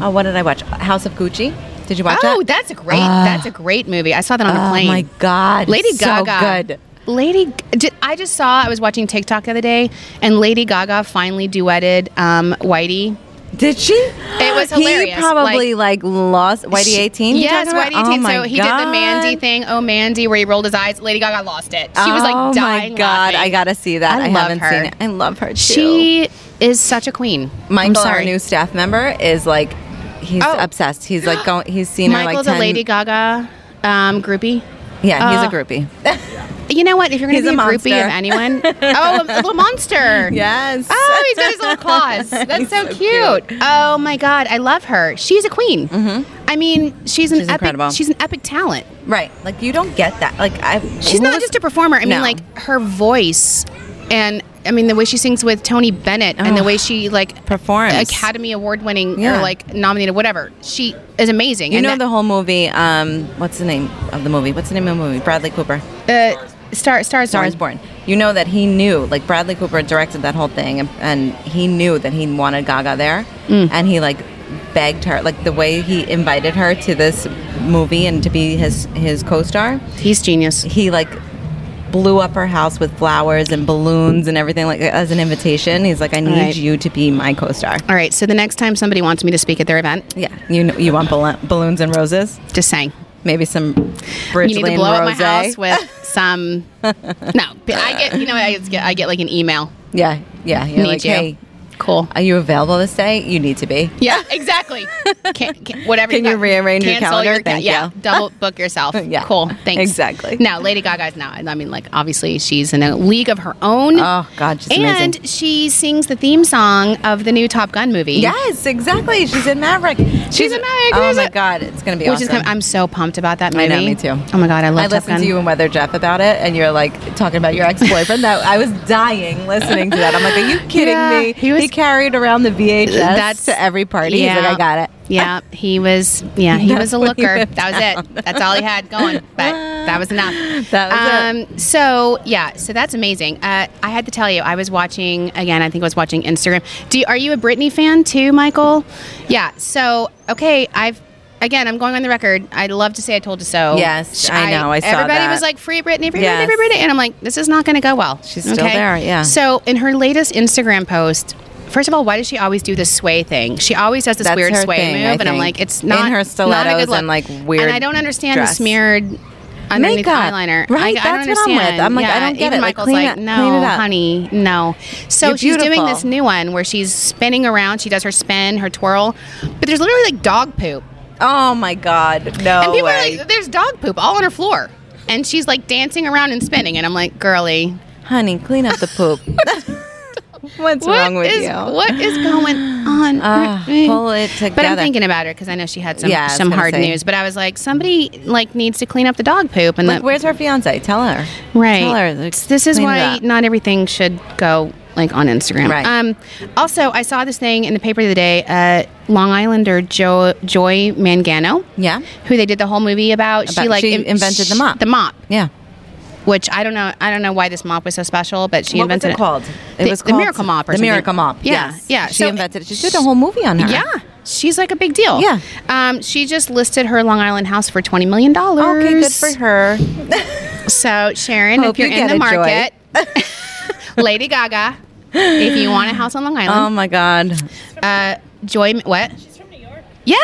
Speaker 1: oh, what did I watch? House of Gucci. Did you watch that?
Speaker 2: Oh, that's a great. that's a great movie. I saw that on the
Speaker 1: Oh
Speaker 2: plane.
Speaker 1: my god,
Speaker 2: Lady
Speaker 1: so
Speaker 2: Gaga.
Speaker 1: good.
Speaker 2: Lady, did, I just saw. I was watching TikTok the other day, and Lady Gaga finally duetted um, Whitey.
Speaker 1: Did she?
Speaker 2: It was hilarious,
Speaker 1: He probably like, lost Whitey eighteen. Oh
Speaker 2: Yes,
Speaker 1: Whitey
Speaker 2: Whitey 18. so he did the Mandy thing. Oh, Mandy, where he rolled his eyes. Lady Gaga lost it. She was
Speaker 1: oh
Speaker 2: like dying.
Speaker 1: my god,
Speaker 2: laughing.
Speaker 1: I gotta see that.
Speaker 2: I
Speaker 1: I,
Speaker 2: love
Speaker 1: haven't
Speaker 2: her.
Speaker 1: seen it. I love her too.
Speaker 2: She is such a queen. I'm
Speaker 1: Michael,
Speaker 2: sorry.
Speaker 1: our new staff member, is like he's
Speaker 2: Oh.
Speaker 1: obsessed. He's like going. He's seen her like
Speaker 2: Michael's a
Speaker 1: ten.
Speaker 2: Lady Gaga um, groupie.
Speaker 1: Yeah, he's
Speaker 2: Uh,
Speaker 1: a groupie.
Speaker 2: You know what? If you're going
Speaker 1: He's
Speaker 2: to be
Speaker 1: a
Speaker 2: a, groupie
Speaker 1: monster.
Speaker 2: of
Speaker 1: <laughs>
Speaker 2: anyone, oh, a little monster.
Speaker 1: Yes.
Speaker 2: Oh, he's got
Speaker 1: <laughs>
Speaker 2: his little claws. That's
Speaker 1: He's
Speaker 2: so,
Speaker 1: so
Speaker 2: cute. Oh my God, I love her. She's a queen. I mean, she's an
Speaker 1: Mm-hmm. She's
Speaker 2: epic.
Speaker 1: incredible.
Speaker 2: She's an epic talent.
Speaker 1: Right. Like you don't get that. Like I.
Speaker 2: She's not just a performer. I mean,
Speaker 1: No.
Speaker 2: like her voice, and I mean the way she sings with Tony Bennett, and the
Speaker 1: Oh.
Speaker 2: way she like
Speaker 1: Performs.
Speaker 2: Academy Award winning
Speaker 1: Yeah.
Speaker 2: or like nominated, whatever. She is amazing.
Speaker 1: You
Speaker 2: and
Speaker 1: know
Speaker 2: that-
Speaker 1: the whole movie. Um, what's the name of the movie? What's the name of the movie? Bradley Cooper.
Speaker 2: uh, star stars
Speaker 1: Star is Born. You know that he knew, like Bradley Cooper directed that whole thing, and, and he knew that he wanted Gaga there,
Speaker 2: Mm.
Speaker 1: and he like begged her, like the way he invited her to this movie and to be his his co-star.
Speaker 2: He's genius.
Speaker 1: He like blew up her house with flowers and balloons and everything like as an invitation. He's like, I need
Speaker 2: Right.
Speaker 1: you to be my co-star.
Speaker 2: All right, so the next time somebody wants me to speak at their event,
Speaker 1: Yeah, you know, you want balloon, balloons and roses.
Speaker 2: just saying.
Speaker 1: Maybe some Bridge
Speaker 2: you need
Speaker 1: Lane
Speaker 2: to blow up my
Speaker 1: rose.
Speaker 2: house with
Speaker 1: <laughs>
Speaker 2: some. no, I get you know what I get. I get like an email.
Speaker 1: yeah, yeah. You're
Speaker 2: need
Speaker 1: like,
Speaker 2: you.
Speaker 1: hey,
Speaker 2: Cool.
Speaker 1: are you available this day? You need to be.
Speaker 2: Yeah,
Speaker 1: <laughs>
Speaker 2: exactly. Can, can, whatever.
Speaker 1: Can you
Speaker 2: got.
Speaker 1: rearrange your
Speaker 2: Cancel
Speaker 1: calendar?
Speaker 2: Your, ca-
Speaker 1: Thank
Speaker 2: yeah,
Speaker 1: you.
Speaker 2: double book yourself.
Speaker 1: <laughs> Yeah,
Speaker 2: cool. Thanks.
Speaker 1: exactly.
Speaker 2: No, Lady Gaga's not. I mean, like obviously she's in a league of her own.
Speaker 1: Oh, God, she's amazing.
Speaker 2: and she sings the theme song of the new Top Gun movie.
Speaker 1: Yes, exactly. She's in Maverick. She's,
Speaker 2: in Maverick.
Speaker 1: Oh
Speaker 2: There's
Speaker 1: my
Speaker 2: a-
Speaker 1: god, it's gonna be
Speaker 2: Which
Speaker 1: awesome.
Speaker 2: is coming. I'm so pumped about that movie.
Speaker 1: I know, me too.
Speaker 2: Oh my god, I love
Speaker 1: I
Speaker 2: Top
Speaker 1: listened
Speaker 2: Gun.
Speaker 1: to you and Weather Jeff about it, and you're like talking about your ex-boyfriend. that I was dying listening to that. I'm like, are you kidding
Speaker 2: Yeah,
Speaker 1: me?
Speaker 2: he was-
Speaker 1: carried around the VHS
Speaker 2: That's-
Speaker 1: to every party. He's like, I got it. <laughs>
Speaker 2: Yeah, he was. Yeah, he was
Speaker 1: That's
Speaker 2: a
Speaker 1: what he
Speaker 2: looker.
Speaker 1: wrote
Speaker 2: That
Speaker 1: <laughs>
Speaker 2: was it. That's all he had going. But that was enough.
Speaker 1: That was
Speaker 2: um, So yeah, so that's amazing. Uh, I had to tell you, I was watching again. I think I was watching Instagram. Do you, are you a Britney fan too, Michael? Yeah. So okay, I've. Again, I'm going on the record. I'd love to say I told you so.
Speaker 1: Yes, I know, I saw
Speaker 2: everybody
Speaker 1: that.
Speaker 2: was like, "Free Britney, free
Speaker 1: Yes.
Speaker 2: Britney, free Britney," and I'm like, "This is not going to go well."
Speaker 1: She's still there, yeah.
Speaker 2: So in her latest Instagram post, first of all, why does she always do this sway thing? She always does this this
Speaker 1: That's
Speaker 2: weird
Speaker 1: her
Speaker 2: sway
Speaker 1: thing,
Speaker 2: move,
Speaker 1: I
Speaker 2: and I'm
Speaker 1: think.
Speaker 2: like, it's
Speaker 1: In
Speaker 2: not
Speaker 1: her
Speaker 2: not a
Speaker 1: stilettos
Speaker 2: good look.
Speaker 1: and, like, weird
Speaker 2: And I don't understand the
Speaker 1: dress.
Speaker 2: smeared underneath
Speaker 1: Makeup,
Speaker 2: eyeliner.
Speaker 1: right,
Speaker 2: I, I
Speaker 1: that's
Speaker 2: don't
Speaker 1: what I'm with.
Speaker 2: understand.
Speaker 1: I'm like, I
Speaker 2: Yeah,
Speaker 1: don't get
Speaker 2: even
Speaker 1: it. Like,
Speaker 2: Michael's
Speaker 1: clean
Speaker 2: like,
Speaker 1: it-
Speaker 2: no,
Speaker 1: clean it up."
Speaker 2: honey, no. So
Speaker 1: You're
Speaker 2: she's doing
Speaker 1: beautiful.
Speaker 2: this new one where she's spinning around. She does her spin, her twirl, but there's literally like dog poop,
Speaker 1: Oh my god, no
Speaker 2: and people
Speaker 1: way,
Speaker 2: are like, there's dog poop all on her floor, and she's like dancing around and spinning, and I'm like, girly,
Speaker 1: honey, clean up the
Speaker 2: <laughs>
Speaker 1: poop. What's
Speaker 2: What
Speaker 1: wrong with
Speaker 2: is-
Speaker 1: you? <gasps>
Speaker 2: What is going on?
Speaker 1: Ah, pull it
Speaker 2: But I'm
Speaker 1: together.
Speaker 2: thinking about her because I know she had some
Speaker 1: Yeah, I was
Speaker 2: some
Speaker 1: gonna
Speaker 2: hard
Speaker 1: say.
Speaker 2: news. But I was like, somebody like needs to clean up the dog poop and
Speaker 1: Like,
Speaker 2: the-
Speaker 1: where's her fiance? Tell her.
Speaker 2: right.
Speaker 1: Tell her. like,
Speaker 2: this is
Speaker 1: clean it
Speaker 2: why
Speaker 1: up.
Speaker 2: not everything should go like on Instagram.
Speaker 1: Right.
Speaker 2: Um, also, I saw this thing in the paper the other day. Uh, Long Islander jo- Joy Mangano,
Speaker 1: Yeah.
Speaker 2: who they did the whole movie about. she
Speaker 1: About-
Speaker 2: like
Speaker 1: she
Speaker 2: in-
Speaker 1: invented the mop.
Speaker 2: The mop,
Speaker 1: Yeah.
Speaker 2: which I don't know. I don't know why this mop was so special, but she
Speaker 1: what was
Speaker 2: invented
Speaker 1: it called? It
Speaker 2: The-
Speaker 1: was
Speaker 2: the
Speaker 1: called
Speaker 2: Miracle Mop or
Speaker 1: the
Speaker 2: something.
Speaker 1: Miracle Mop.
Speaker 2: Yeah,
Speaker 1: yes.
Speaker 2: yeah.
Speaker 1: She
Speaker 2: So-
Speaker 1: invented it. She did a whole movie on her.
Speaker 2: Yeah. She's like a big deal.
Speaker 1: Yeah.
Speaker 2: Um, she just listed her Long Island house for $20 million.
Speaker 1: Okay, good for her.
Speaker 2: Mm-hmm. So, Sharon,
Speaker 1: Hope
Speaker 2: if you're
Speaker 1: you
Speaker 2: in
Speaker 1: get
Speaker 2: the
Speaker 1: it, Joy.
Speaker 2: market,
Speaker 1: <laughs>
Speaker 2: Lady Gaga, if you want a house on Long
Speaker 1: Oh
Speaker 2: Island,
Speaker 1: my God.
Speaker 2: uh, Joy, what? She's from New York. Yeah.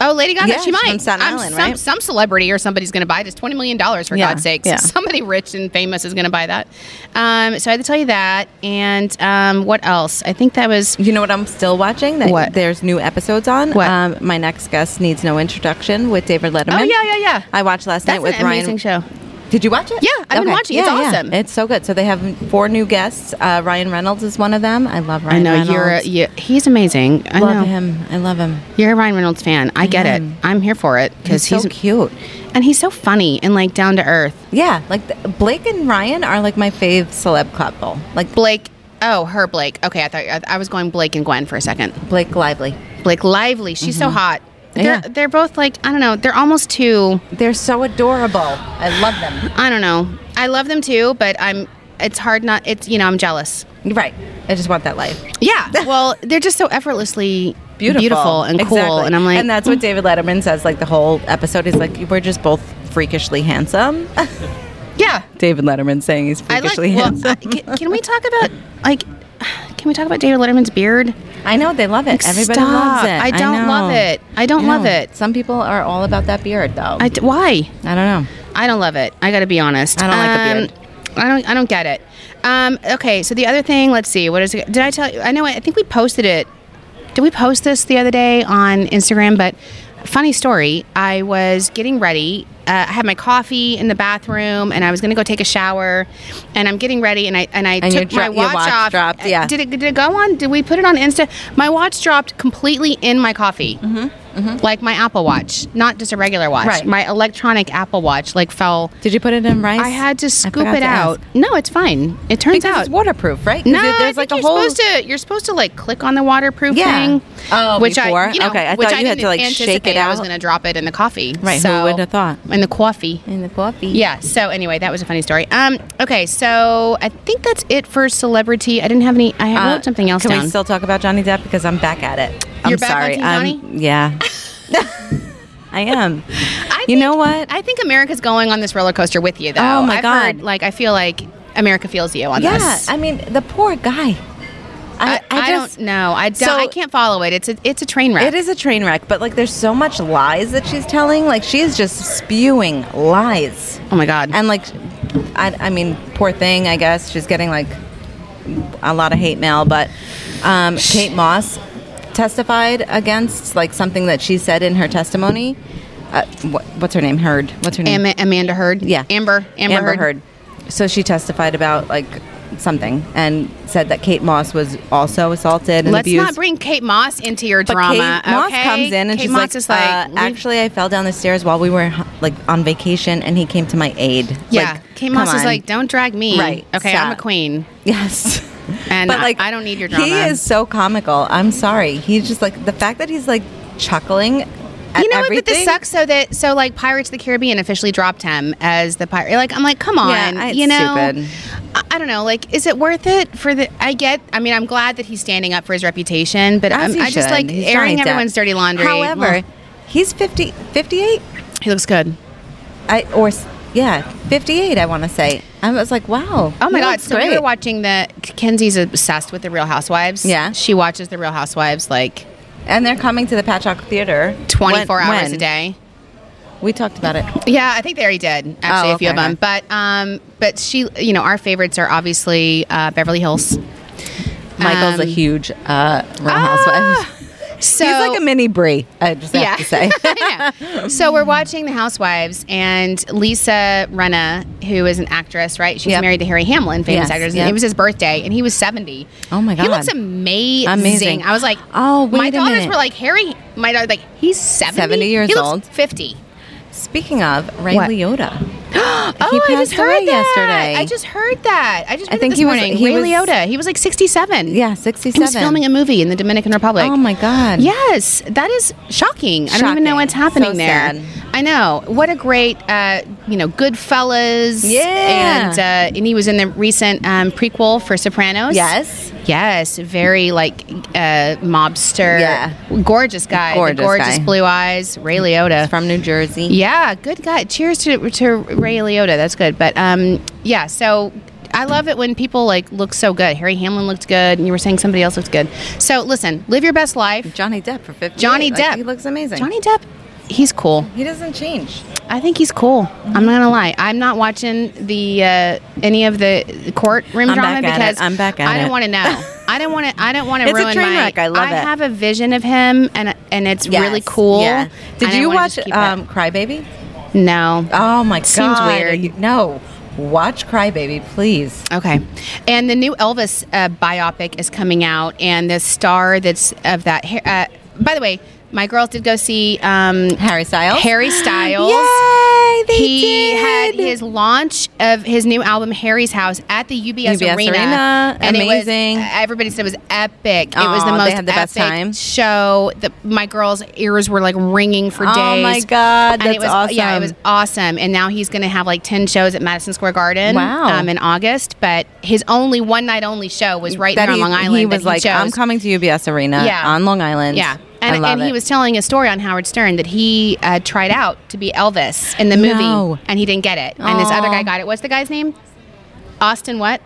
Speaker 2: Oh, Lady Gaga,
Speaker 1: Yeah,
Speaker 2: she
Speaker 1: she's
Speaker 2: might.
Speaker 1: from Staten
Speaker 2: Um,
Speaker 1: Island,
Speaker 2: some,
Speaker 1: right?
Speaker 2: some celebrity or somebody's going to buy this. $20 million, for
Speaker 1: Yeah,
Speaker 2: God's sakes.
Speaker 1: yeah.
Speaker 2: Somebody rich and famous is going to buy that. Um, so I had to tell you that. And um, what else? I think that was
Speaker 1: You know what I'm still watching? That
Speaker 2: What?
Speaker 1: There's new episodes on.
Speaker 2: What?
Speaker 1: Um, my next guest needs no introduction with David Letterman.
Speaker 2: Oh, yeah, yeah, yeah.
Speaker 1: I watched last
Speaker 2: that's
Speaker 1: night with
Speaker 2: an
Speaker 1: Ryan.
Speaker 2: amazing show.
Speaker 1: Did you watch it?
Speaker 2: Yeah, I've been watching it. It's awesome.
Speaker 1: It's so good. So they have four new guests. Uh, Ryan Reynolds is one of them. I love
Speaker 2: I
Speaker 1: Ryan.
Speaker 2: know you're. A,
Speaker 1: Reynolds.
Speaker 2: you, he's amazing. I
Speaker 1: love
Speaker 2: know.
Speaker 1: him. I love him.
Speaker 2: You're a Ryan Reynolds fan. I get it. I'm here for it because
Speaker 1: He's so
Speaker 2: he's,
Speaker 1: cute.
Speaker 2: and he's so funny and like down to earth.
Speaker 1: Yeah, like the, Blake and Ryan are like my fave celeb couple. Like
Speaker 2: Blake. Oh, her Blake. Okay, I thought I, I was going Blake and Gwen for a second.
Speaker 1: Blake Lively.
Speaker 2: Blake Lively. She's so hot. They're,
Speaker 1: Mm-hmm. Yeah.
Speaker 2: they're both like I don't know. They're almost too.
Speaker 1: They're so adorable. I love them.
Speaker 2: I don't know. I love them too, but I'm. It's hard not. It's you know I'm jealous.
Speaker 1: Right. I just want that life.
Speaker 2: Yeah. Well, they're just so effortlessly
Speaker 1: Beautiful.
Speaker 2: and cool.
Speaker 1: Exactly.
Speaker 2: And I'm like, "Hmm."
Speaker 1: And that's what David Letterman says like the whole episode. He's like, we're just both freakishly handsome. <laughs>
Speaker 2: yeah.
Speaker 1: David Letterman saying he's
Speaker 2: I like.
Speaker 1: freakishly
Speaker 2: Well,
Speaker 1: handsome.
Speaker 2: I, can, can we talk about like? <sighs> Can we talk about David Letterman's beard?
Speaker 1: I know they love it. Everybody
Speaker 2: stop.
Speaker 1: loves it.
Speaker 2: I don't
Speaker 1: know.
Speaker 2: love it. I don't love
Speaker 1: know.
Speaker 2: it.
Speaker 1: Some people are all about that beard though.
Speaker 2: I d- why?
Speaker 1: I don't know.
Speaker 2: I don't love it. I got to be honest.
Speaker 1: I
Speaker 2: Um,
Speaker 1: don't like the beard.
Speaker 2: I don't. I don't get it. Um, okay, so the other thing. Let's see. What is it? Did I tell you? I know. I think we posted it. Did we post this the other day on Instagram? But funny story. I was getting ready uh, I had my coffee in the bathroom, and I was going to go take a shower, and I'm getting ready, and I and I
Speaker 1: And your
Speaker 2: took my
Speaker 1: dro- your
Speaker 2: watch,
Speaker 1: watch
Speaker 2: off.
Speaker 1: dropped,
Speaker 2: Uh,
Speaker 1: yeah.
Speaker 2: Did it, did it go on? Did we put it on Insta? My watch dropped completely in my coffee,
Speaker 1: Mm-hmm.
Speaker 2: like my Apple Watch, not just a regular watch.
Speaker 1: Hmm? Right.
Speaker 2: My electronic Apple Watch like fell.
Speaker 1: Did you put it in rice?
Speaker 2: I had to scoop
Speaker 1: forgot
Speaker 2: it
Speaker 1: to ask.
Speaker 2: out. No, it's fine. It turns
Speaker 1: Because
Speaker 2: out
Speaker 1: it's waterproof, right? 'Cause
Speaker 2: no,
Speaker 1: there-
Speaker 2: I think you're supposed to. You're supposed to like click on the waterproof
Speaker 1: Yeah.
Speaker 2: thing.
Speaker 1: Oh,
Speaker 2: which
Speaker 1: before?
Speaker 2: I, you know,
Speaker 1: Okay, I
Speaker 2: which
Speaker 1: thought you had
Speaker 2: didn't
Speaker 1: to, like, shake it
Speaker 2: anticipate I was
Speaker 1: out.
Speaker 2: going to drop it in the coffee.
Speaker 1: Right, who
Speaker 2: So,
Speaker 1: would have thought?
Speaker 2: In the coffee.
Speaker 1: in the coffee.
Speaker 2: Yeah. So anyway, that was a funny story. Um. Okay. So I think that's it for celebrity. I didn't have any. I
Speaker 1: Uh,
Speaker 2: wrote something else
Speaker 1: Can
Speaker 2: down.
Speaker 1: we still talk about Johnny Depp because I'm back at it? I'm
Speaker 2: You're back on
Speaker 1: sorry.
Speaker 2: Team
Speaker 1: I'm-
Speaker 2: Johnny? <laughs>
Speaker 1: yeah. I am.
Speaker 2: I
Speaker 1: you know what?
Speaker 2: I think America's going on this roller coaster with you, though.
Speaker 1: Oh, my
Speaker 2: I've
Speaker 1: God.
Speaker 2: Heard, like I feel like America feels you on
Speaker 1: yeah.
Speaker 2: this.
Speaker 1: I mean, the poor guy.
Speaker 2: I, I
Speaker 1: just-
Speaker 2: don't know. I don't.
Speaker 1: So-
Speaker 2: I can't follow it. It's a it's a train wreck.
Speaker 1: It is a train wreck, but like there's so much lies that she's telling. Like she is just spewing lies.
Speaker 2: Oh my God.
Speaker 1: And like, I, I mean, poor thing, I guess. She's getting like a lot of hate mail, but um, Kate Moss testified against like something that she said in her testimony. Uh, what, what's her name? Heard. What's her name?
Speaker 2: Am- Amanda Heard.
Speaker 1: Yeah.
Speaker 2: Amber. Amber,
Speaker 1: Amber Heard. So she testified about like something and said that Kate Moss was also assaulted and
Speaker 2: Let's
Speaker 1: abused.
Speaker 2: not bring Kate Moss into your
Speaker 1: But
Speaker 2: drama.
Speaker 1: Kate Moss
Speaker 2: okay?
Speaker 1: comes in and
Speaker 2: Kate
Speaker 1: she's
Speaker 2: Moss
Speaker 1: like,
Speaker 2: is like
Speaker 1: uh,
Speaker 2: "Leave-"
Speaker 1: "Actually, I fell down the stairs while we were like on vacation, and he came to my aid."
Speaker 2: yeah.
Speaker 1: Like,
Speaker 2: Kate Moss
Speaker 1: come
Speaker 2: is
Speaker 1: on.
Speaker 2: like, don't drag me.
Speaker 1: Right,
Speaker 2: Okay, I'm a
Speaker 1: stop.
Speaker 2: queen.
Speaker 1: "Yes."
Speaker 2: <laughs> And I- I don't need your
Speaker 1: He
Speaker 2: drama.
Speaker 1: is so comical. I'm sorry. He's just like the fact that he's like chuckling. At
Speaker 2: you know what?
Speaker 1: everything,
Speaker 2: But this sucks. So that so like Pirates of the Caribbean officially dropped him as the pirate. Like I'm like, come on.
Speaker 1: Yeah, it's
Speaker 2: you know,
Speaker 1: stupid.
Speaker 2: I, I don't know. Like, is it worth it for the? I get. I mean, I'm glad that he's standing up for his reputation, but
Speaker 1: As
Speaker 2: I'm,
Speaker 1: he
Speaker 2: I just
Speaker 1: should.
Speaker 2: like
Speaker 1: He's
Speaker 2: airing
Speaker 1: Johnny Depp.
Speaker 2: everyone's dirty laundry.
Speaker 1: However,
Speaker 2: Well,
Speaker 1: he's 50, 58?
Speaker 2: he looks good.
Speaker 1: I or s- yeah, 58 I want to say. I was like, "Wow."
Speaker 2: Oh my
Speaker 1: he
Speaker 2: God!
Speaker 1: looks
Speaker 2: So we
Speaker 1: great.
Speaker 2: were watching the. Kenzie's obsessed with the Real Housewives.
Speaker 1: Yeah.
Speaker 2: she watches the Real Housewives like
Speaker 1: and they're coming to the Patchogue Theater
Speaker 2: 24
Speaker 1: When-
Speaker 2: hours
Speaker 1: when?
Speaker 2: a day.
Speaker 1: We talked about it.
Speaker 2: Yeah, I think they already did actually
Speaker 1: Oh,
Speaker 2: a few of
Speaker 1: okay.
Speaker 2: them. But um, but she, you know, our favorites are obviously uh, Beverly Hills.
Speaker 1: Michael's a
Speaker 2: Um,
Speaker 1: huge uh, Real
Speaker 2: Ah!
Speaker 1: Housewives. <laughs>
Speaker 2: So
Speaker 1: He's like a mini Brie. I just have to say.
Speaker 2: <laughs> I know. So we're watching The Housewives, and Lisa Renna, who is an actress, right? She's
Speaker 1: Yep.
Speaker 2: married to Harry Hamlin, famous
Speaker 1: Yes,
Speaker 2: actor.
Speaker 1: yep.
Speaker 2: It was his birthday, and he was seventy.
Speaker 1: Oh my
Speaker 2: He looks
Speaker 1: God.
Speaker 2: amazing.
Speaker 1: Amazing.
Speaker 2: I was like,
Speaker 1: Oh,
Speaker 2: my
Speaker 1: wait a
Speaker 2: daughters
Speaker 1: minute.
Speaker 2: were like, Harry. My daughter like, he's seventy.
Speaker 1: 70 years
Speaker 2: He looks
Speaker 1: old.
Speaker 2: Fifty.
Speaker 1: Speaking of Ray
Speaker 2: What?
Speaker 1: Liotta,
Speaker 2: Oh,
Speaker 1: he
Speaker 2: I just
Speaker 1: passed
Speaker 2: heard
Speaker 1: away
Speaker 2: that.
Speaker 1: yesterday.
Speaker 2: I just heard that. I just read I think
Speaker 1: think
Speaker 2: this
Speaker 1: he was-
Speaker 2: morning.
Speaker 1: he
Speaker 2: Ray
Speaker 1: was-
Speaker 2: Liotta. He was like sixty-seven.
Speaker 1: yeah,
Speaker 2: He
Speaker 1: sixty-seven.
Speaker 2: was filming a movie in the Dominican Republic.
Speaker 1: Oh my God.
Speaker 2: Yes, that is shocking. I don't even know
Speaker 1: Shocking.
Speaker 2: what's happening
Speaker 1: So
Speaker 2: there.
Speaker 1: sad.
Speaker 2: I know. What a great, uh, you know, Goodfellas.
Speaker 1: Yeah.
Speaker 2: and uh, and he was in the recent um, prequel for Sopranos.
Speaker 1: Yes.
Speaker 2: yes, very like uh, mobster.
Speaker 1: Yeah.
Speaker 2: gorgeous guy. The
Speaker 1: Gorgeous
Speaker 2: gorgeous
Speaker 1: guy.
Speaker 2: blue eyes. Ray Liotta.
Speaker 1: from New Jersey.
Speaker 2: Yeah, good guy. Cheers to to Ray Liotta. That's good. But um, yeah. So I love it when people like look so good. Harry Hamlin looked good, and you were saying somebody else looked good. So listen, live your best life.
Speaker 1: Johnny Depp for fifty.
Speaker 2: Johnny Depp.
Speaker 1: he looks amazing.
Speaker 2: Johnny Depp, he's cool.
Speaker 1: He doesn't change.
Speaker 2: I think he's cool. I'm not gonna lie. I'm not watching the uh, any of the courtroom
Speaker 1: I'm
Speaker 2: drama
Speaker 1: back at
Speaker 2: because
Speaker 1: it. I'm back at
Speaker 2: I don't
Speaker 1: it.
Speaker 2: want
Speaker 1: <laughs>
Speaker 2: to know. I don't want to. I don't want to
Speaker 1: It's a
Speaker 2: ruin
Speaker 1: train
Speaker 2: my.
Speaker 1: wreck. I love it.
Speaker 2: have a vision of him, and and it's
Speaker 1: Yes.
Speaker 2: really cool.
Speaker 1: Yeah. Did
Speaker 2: and I
Speaker 1: you
Speaker 2: wanna
Speaker 1: watch
Speaker 2: just keep it.
Speaker 1: um, Cry Baby?
Speaker 2: no.
Speaker 1: Oh my
Speaker 2: Seems
Speaker 1: god.
Speaker 2: weird.
Speaker 1: You- No. Watch Cry Baby, please.
Speaker 2: Okay, and the new Elvis uh, biopic is coming out, and the star that's of that. ha- Uh, by the way, my girls did go see um,
Speaker 1: Harry Styles. <gasps>
Speaker 2: Harry Styles.
Speaker 1: Yay! They
Speaker 2: he
Speaker 1: did.
Speaker 2: had his launch of his new album Harry's House at the UBS,
Speaker 1: UBS
Speaker 2: Arena,
Speaker 1: Arena.
Speaker 2: and It
Speaker 1: Amazing.
Speaker 2: was, uh, everybody said it was epic. it was the
Speaker 1: Aw,
Speaker 2: most
Speaker 1: they had the
Speaker 2: epic
Speaker 1: best time.
Speaker 2: show. The, my girls' ears were like ringing for
Speaker 1: Oh
Speaker 2: days.
Speaker 1: my God,
Speaker 2: and it
Speaker 1: that's
Speaker 2: was, Yeah, it
Speaker 1: awesome.
Speaker 2: was awesome. And now he's going to have like ten shows at Madison Square Garden.
Speaker 1: Wow.
Speaker 2: um, in August, but his only one night only show was right
Speaker 1: that
Speaker 2: there
Speaker 1: he,
Speaker 2: on Long Island.
Speaker 1: He
Speaker 2: that
Speaker 1: was like,
Speaker 2: chose.
Speaker 1: I'm coming to UBS Arena
Speaker 2: Yeah.
Speaker 1: on Long Island.
Speaker 2: Yeah.
Speaker 1: I
Speaker 2: And,
Speaker 1: love
Speaker 2: and he
Speaker 1: it.
Speaker 2: was telling a story on Howard Stern that he uh, tried out to be Elvis in the movie
Speaker 1: No.
Speaker 2: and he didn't get it. And this
Speaker 1: Aw.
Speaker 2: other guy got it. What's the guy's name? Austin what?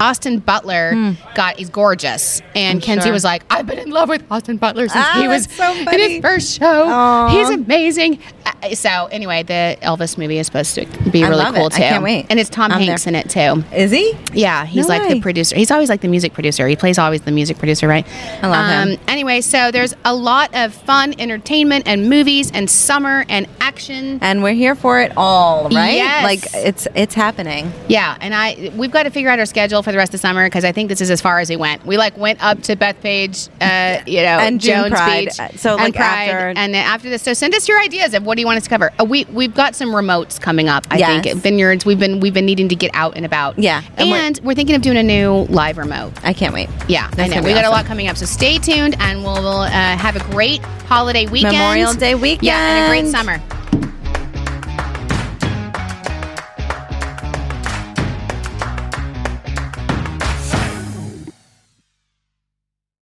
Speaker 2: Austin Butler got is gorgeous, and
Speaker 1: Hmm. I'm
Speaker 2: Kenzie
Speaker 1: sure.
Speaker 2: was like, "I've been in love with Austin Butler since
Speaker 1: Ah,
Speaker 2: he was
Speaker 1: that's so
Speaker 2: in
Speaker 1: funny.
Speaker 2: his first show.
Speaker 1: Aw.
Speaker 2: He's amazing." Uh, So anyway, the Elvis movie is supposed to be
Speaker 1: I
Speaker 2: really
Speaker 1: love
Speaker 2: cool
Speaker 1: it. I
Speaker 2: too.
Speaker 1: can't wait.
Speaker 2: And it's Tom
Speaker 1: I'm
Speaker 2: Hanks
Speaker 1: there.
Speaker 2: in it too.
Speaker 1: Is he?
Speaker 2: Yeah, he's
Speaker 1: No
Speaker 2: like
Speaker 1: way.
Speaker 2: the producer. He's always like the music producer. He plays always the music producer, right? Um,
Speaker 1: I love him.
Speaker 2: Anyway, so there's a lot of fun entertainment and movies and summer and action.
Speaker 1: And we're here for it all, right?
Speaker 2: Yes.
Speaker 1: Like it's it's happening.
Speaker 2: Yeah, and I we've got to figure out our schedule for the rest of summer because I think this is as far as we went. We like went up to Bethpage, uh, you know,
Speaker 1: And June
Speaker 2: Jones
Speaker 1: Pride.
Speaker 2: Beach,
Speaker 1: Uh, so,
Speaker 2: and
Speaker 1: like,
Speaker 2: Pride,
Speaker 1: after-
Speaker 2: and then after this. So send us your ideas of what do you want us to cover. Uh, we we've got some remotes coming up. I
Speaker 1: Yes.
Speaker 2: think vineyards. We've been we've been needing to get out and about.
Speaker 1: Yeah, and
Speaker 2: and,
Speaker 1: we're-
Speaker 2: we're, thinking of doing a new live remote.
Speaker 1: I can't wait.
Speaker 2: Yeah,
Speaker 1: That's
Speaker 2: I know.
Speaker 1: gonna be
Speaker 2: We got a lot
Speaker 1: awesome.
Speaker 2: coming up, so stay tuned, and we'll, we'll uh, have a great holiday weekend,
Speaker 1: Memorial Day weekend.
Speaker 2: yeah, and a great summer.